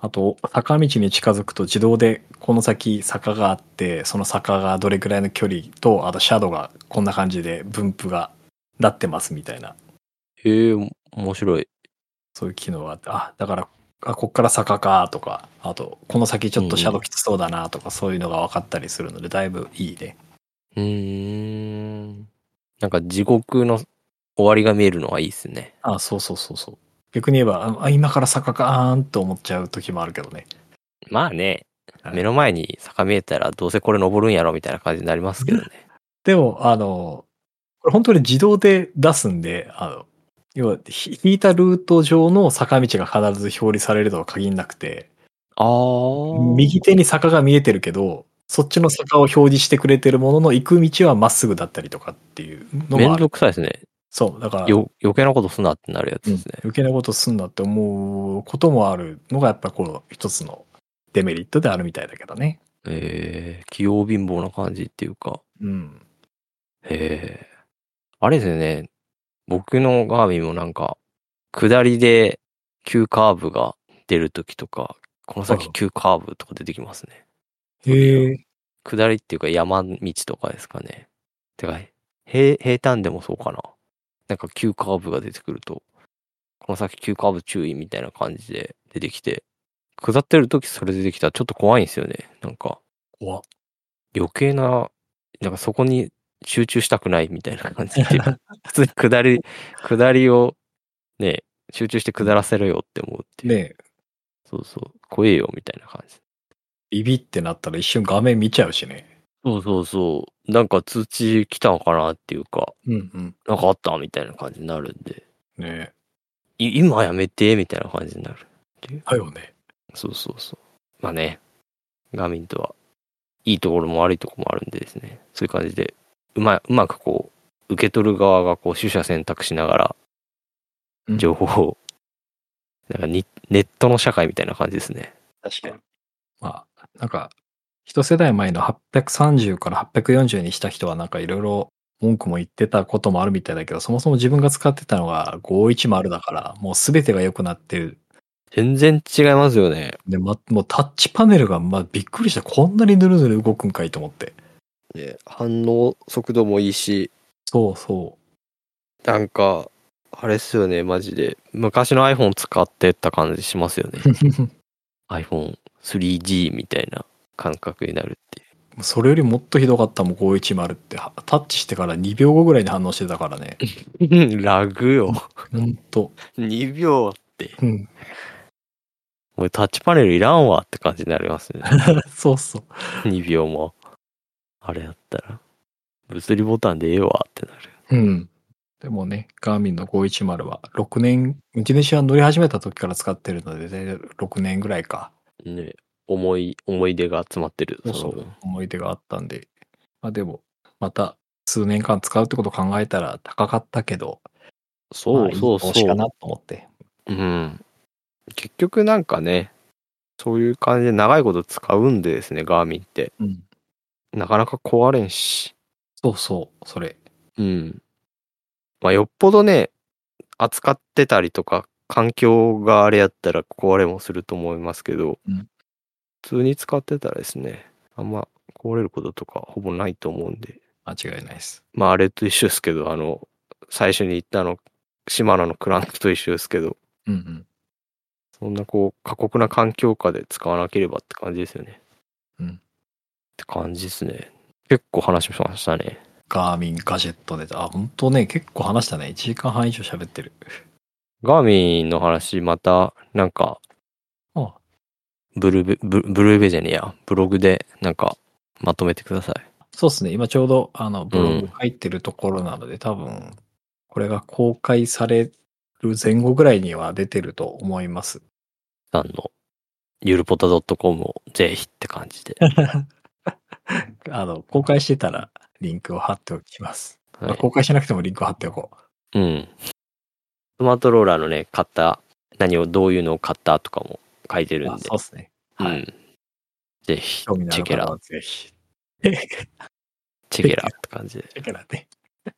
Speaker 1: あと、坂道に近づくと自動でこの先坂があって、その坂がどれくらいの距離と、あとシャドウがこんな感じで分布がなってますみたいな、
Speaker 2: へえ、面白い。
Speaker 1: そういう機能があって、あ、だから、あ、こっから坂かとか、あと、この先ちょっとシャドウきつそうだなとか、そういうのが分かったりするので、だいぶいいね。
Speaker 2: うーん。なんか地獄の終わりが見えるのはいいですね。
Speaker 1: あ、そうそうそうそう。逆に言えば、あ、今から坂かーんと思っちゃう時もあるけどね。
Speaker 2: まあね
Speaker 1: は、い
Speaker 2: 目の前に坂見えたらどうせこれ登るんやろみたいな感じになりますけどね。
Speaker 1: でも、あの、これ本当に自動で出すんで、あの、要は、ひ引いたルート上の坂道が必ず表示されるとは限らなくて、
Speaker 2: ああ。
Speaker 1: 右手に坂が見えてるけど、そっちの坂を表示してくれてるものの、行く道はまっすぐだったりとかっていうの
Speaker 2: め
Speaker 1: も
Speaker 2: ん
Speaker 1: ある。
Speaker 2: どくさいですね。
Speaker 1: そう、だから、
Speaker 2: よ、余計なことすなってなるやつですね。
Speaker 1: 余計なことすんなって思うこともあるのが、やっぱこう、一つのデメリットであるみたいだけどね。
Speaker 2: えー、器用貧乏な感じっていうか。
Speaker 1: うん。
Speaker 2: えー、あれですよね。僕のガーミンもなんか、下りで急カーブが出るときとか、この
Speaker 1: う
Speaker 2: 先
Speaker 1: ん
Speaker 2: 急カーブとか出てきますね。
Speaker 1: へえ。
Speaker 2: 下りっていうか山道とかですかね。てか、平、平坦でもそうかな。なんか急カーブが出てくると、この先急カーブ注意みたいな感じで出てきて、下ってるときそれ出てきたらちょっと怖いんですよね。なんか、
Speaker 1: 怖っ
Speaker 2: 余計な、なんかそこに集中したくないみたいな感 じで、普通に下り、下りをね、集中して下らせろよって思うっていう。
Speaker 1: ねえ
Speaker 2: そうそう、怖えよみたいな感じ。
Speaker 1: ビビってなったら一瞬画面見ちゃうしね。
Speaker 2: そうそうそう、なんか通知来たのかなっていうか、
Speaker 1: うんうん。
Speaker 2: なんかあったみたいな感じになるんで、
Speaker 1: ね
Speaker 2: い今やめてみたいな感じになる。
Speaker 1: だよね。
Speaker 2: そうそうそう。まあね、ガーミンとは、いいところも悪いところもあるんでですね、そういう感じで、うまいうまくこう、受け取る側がこう、取捨選択しながら、
Speaker 1: うん
Speaker 2: 情報を、なんかにネットの社会みたいな感じですね。
Speaker 1: 確かに。まあ、なんか、一世代前の830から840にした人はなんかいろいろ文句も言ってたこともあるみたいだけど、そもそも自分が使ってたのが510だから、もう全てが良くなってる。
Speaker 2: 全然違いますよね。
Speaker 1: で、ま、もうタッチパネルが、まあ、びっくりした。こんなにぬるぬる動くんかいと思って。
Speaker 2: 反応速度もいいし、
Speaker 1: そう そ
Speaker 2: なんか、あれっすよね、マジで。昔の iPhone 使ってた感じしますよね。
Speaker 1: う。
Speaker 2: iPhone3G みたいな感覚になるっていう。
Speaker 1: それよりもっとひどかったもん、510って。はタッチしてから2秒後ぐらいに反応してたからね。
Speaker 2: ラグよ。
Speaker 1: ほんと。
Speaker 2: 2秒。
Speaker 1: うん。
Speaker 2: もうタッチパネルいらんわって感じになりますね。
Speaker 1: そうそう。
Speaker 2: 2秒も。あれやったら。物理ボタンでええわってなる。
Speaker 1: うん。でもね、ガーミンの510は6年、自転車乗り始めた時から使ってるので、大体6年ぐらいか、
Speaker 2: ね思い、思い出が集まってる。
Speaker 1: そうそう
Speaker 2: の分
Speaker 1: 思い出があったんで。まあでも、また数年間使うってことを考えたら高かったけど、
Speaker 2: そ
Speaker 1: まあ
Speaker 2: うそう
Speaker 1: いい投資
Speaker 2: そ
Speaker 1: か
Speaker 2: う
Speaker 1: な。と思って。
Speaker 2: うん。結局なんかね、そういう感じで長いこと使うんでですね、ガーミンって。
Speaker 1: うん。
Speaker 2: なかなか壊れんし。
Speaker 1: そうそう、それ。
Speaker 2: うん。まあ、よっぽどね、扱ってたりとか、環境があれやったら壊れもすると思いますけど、
Speaker 1: うん
Speaker 2: 普通に使ってたらですね、あんま壊れることとかほぼないと思うんで、
Speaker 1: 間違いないです。
Speaker 2: まあ、あれと一緒ですけど、あの、最初に言ったあの、シマノのクランクと一緒ですけど、
Speaker 1: うんうん。
Speaker 2: そんなこう、過酷な環境下で使わなければって感じですよね。
Speaker 1: うん
Speaker 2: って感じですね。結構話しましたね。
Speaker 1: ガーミンガジェットで、あ、本当ね、結構話したね。1時間半以上喋ってる。
Speaker 2: ガーミンの話、また、なんか、
Speaker 1: あ、
Speaker 2: ブルーベ、ブブルーベじゃねえや、ブログでなんかまとめてください。
Speaker 1: そうですね。今ちょうど、あの、ブログ書いてるところなので、多分、これが公開される前後ぐらいには出てると思います。
Speaker 2: さんの、ゆるぽた .com をぜひって感 じで。
Speaker 1: あの、公開してたらリンクを貼っておきます。
Speaker 2: はい
Speaker 1: 公開しなくてもリンクを貼っておこ
Speaker 2: うん。スマートローラーのね、買った、何を、どういうのを買ったとかも書いて
Speaker 1: う。
Speaker 2: るん
Speaker 1: あ
Speaker 2: で。
Speaker 1: そうですね。
Speaker 2: う
Speaker 1: はい
Speaker 2: ん。ぜひ、チ
Speaker 1: 興味のあ
Speaker 2: ェ
Speaker 1: る
Speaker 2: ケ
Speaker 1: 方
Speaker 2: ラ
Speaker 1: は、ぜひ。
Speaker 2: チェケラって感じで。
Speaker 1: だからね。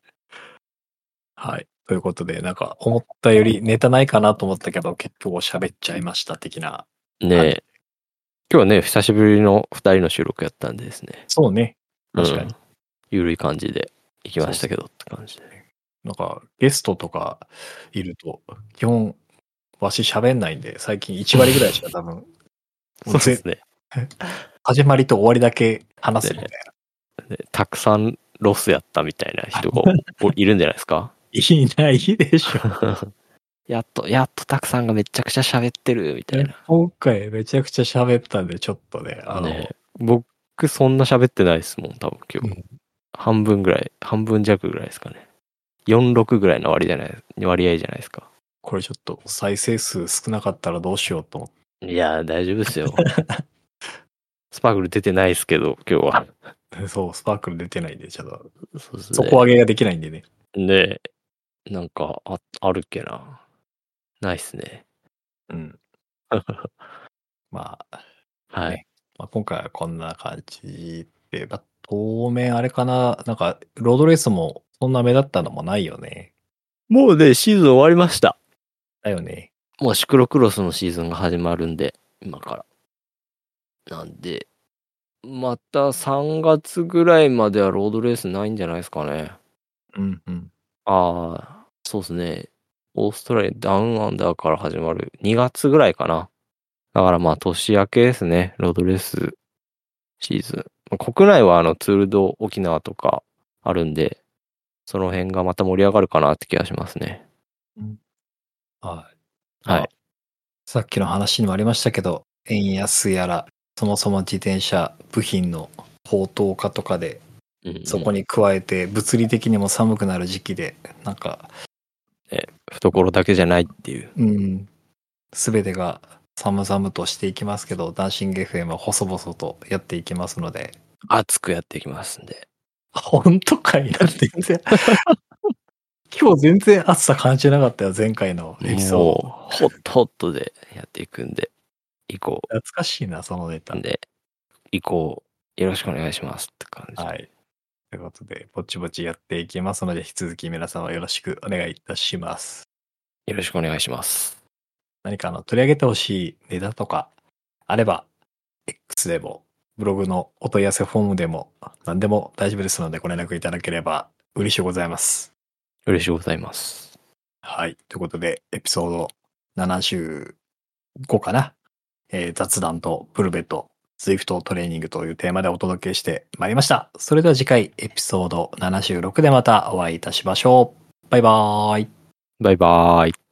Speaker 1: はい。ということで、なんか思ったよりネタないかなと思ったけど、結構喋っちゃいました的な
Speaker 2: ね、
Speaker 1: はい
Speaker 2: 今日はね、久しぶりの2人の収録やったんでですね。
Speaker 1: そうね。確かに
Speaker 2: うんゆるい感じで行きましたけどって感じで。
Speaker 1: なんか、ゲストとかいると、基本、わし喋んないんで、最近1割ぐらいしか多分、 もう
Speaker 2: そうで
Speaker 1: ぜ
Speaker 2: すね
Speaker 1: 始まりと終わりだけ話すみたいな。
Speaker 2: ねたくさんロスやったみたいな人がお いるんじゃないですか
Speaker 1: いないでしょ。
Speaker 2: やっと、やっとたくさんがめちゃくちゃ喋ってるみたいな。
Speaker 1: 今回めちゃくちゃ喋ったんで、ちょっとね、あの、
Speaker 2: ね僕そんな喋ってないですもん、多分今
Speaker 1: う
Speaker 2: 日。
Speaker 1: ん
Speaker 2: 半分ぐらい、半分弱ぐらいですかね。46ぐらいの割じゃない、割合じゃないですか。
Speaker 1: これちょっと再生数少なかったらどうしようと思って。
Speaker 2: いやー、大丈夫ですよ。 スパークル出てないですけど、今日は。
Speaker 1: そう、スパークル出てないんで、ちょっと、
Speaker 2: そうですね
Speaker 1: 底上げができないんでね。
Speaker 2: ねえなんかあ、あるっけな。ないっす ね。
Speaker 1: うん。まあ、
Speaker 2: はい。
Speaker 1: まあ、今回はこんな感じで、まあ、当面あれかな、なんか、ロードレースもそんな目立ったのもないよね。
Speaker 2: もうね、シーズン終わりました。
Speaker 1: だよね。
Speaker 2: もうシクロクロスのシーズンが始まるんで、今から。なんで、また3月ぐらいまではロードレースないんじゃないですかね。
Speaker 1: うんうん。
Speaker 2: ああ、そうですね。オーストラリアダウンアンダーから始まる2月ぐらいかな。だからまあ年明けですね。ロードレースシーズン。まあ国内はあのツールド沖縄とかあるんで、その辺がまた盛り上がるかなって気がしますね。
Speaker 1: はい。
Speaker 2: はい
Speaker 1: まあ。さっきの話にもありましたけど、円安やら、そもそも自転車部品の高騰化とかで、
Speaker 2: うん
Speaker 1: そこに加えて物理的にも寒くなる時期で、なんか、
Speaker 2: 懐だけじゃないっていう。
Speaker 1: うん、すべてが寒々としていきますけど、ダンシング FM は細々とやっていきますので、
Speaker 2: 熱くやっていきますんで。
Speaker 1: 本当かいな、全然。 今日全然暑さ感じなかったよ、前回のエピソード。
Speaker 2: もうホットホットでやっていくんで、以降
Speaker 1: 懐かしいな、そのネタ
Speaker 2: なん。で、以降よろしくお願いしますって感じで。
Speaker 1: はい。ということで、ぼちぼちやっていきますので、引き続き皆様よろしくお願いいたします。
Speaker 2: よろしくお願いします。
Speaker 1: 何かあの取り上げてほしいネタとかあれば、X でも、ブログのお問い合わせフォームでも、何でも大丈夫ですので、ご連絡いただければ嬉しいございます。
Speaker 2: 嬉しいございます。
Speaker 1: はい。ということで、エピソード75かな。えー雑談とプルベとスイフトトレーニングというテーマでお届けしてまいりました。それでは次回エピソード76でまたお会いいたしましょう。バイバーイ。
Speaker 2: バイバーイ。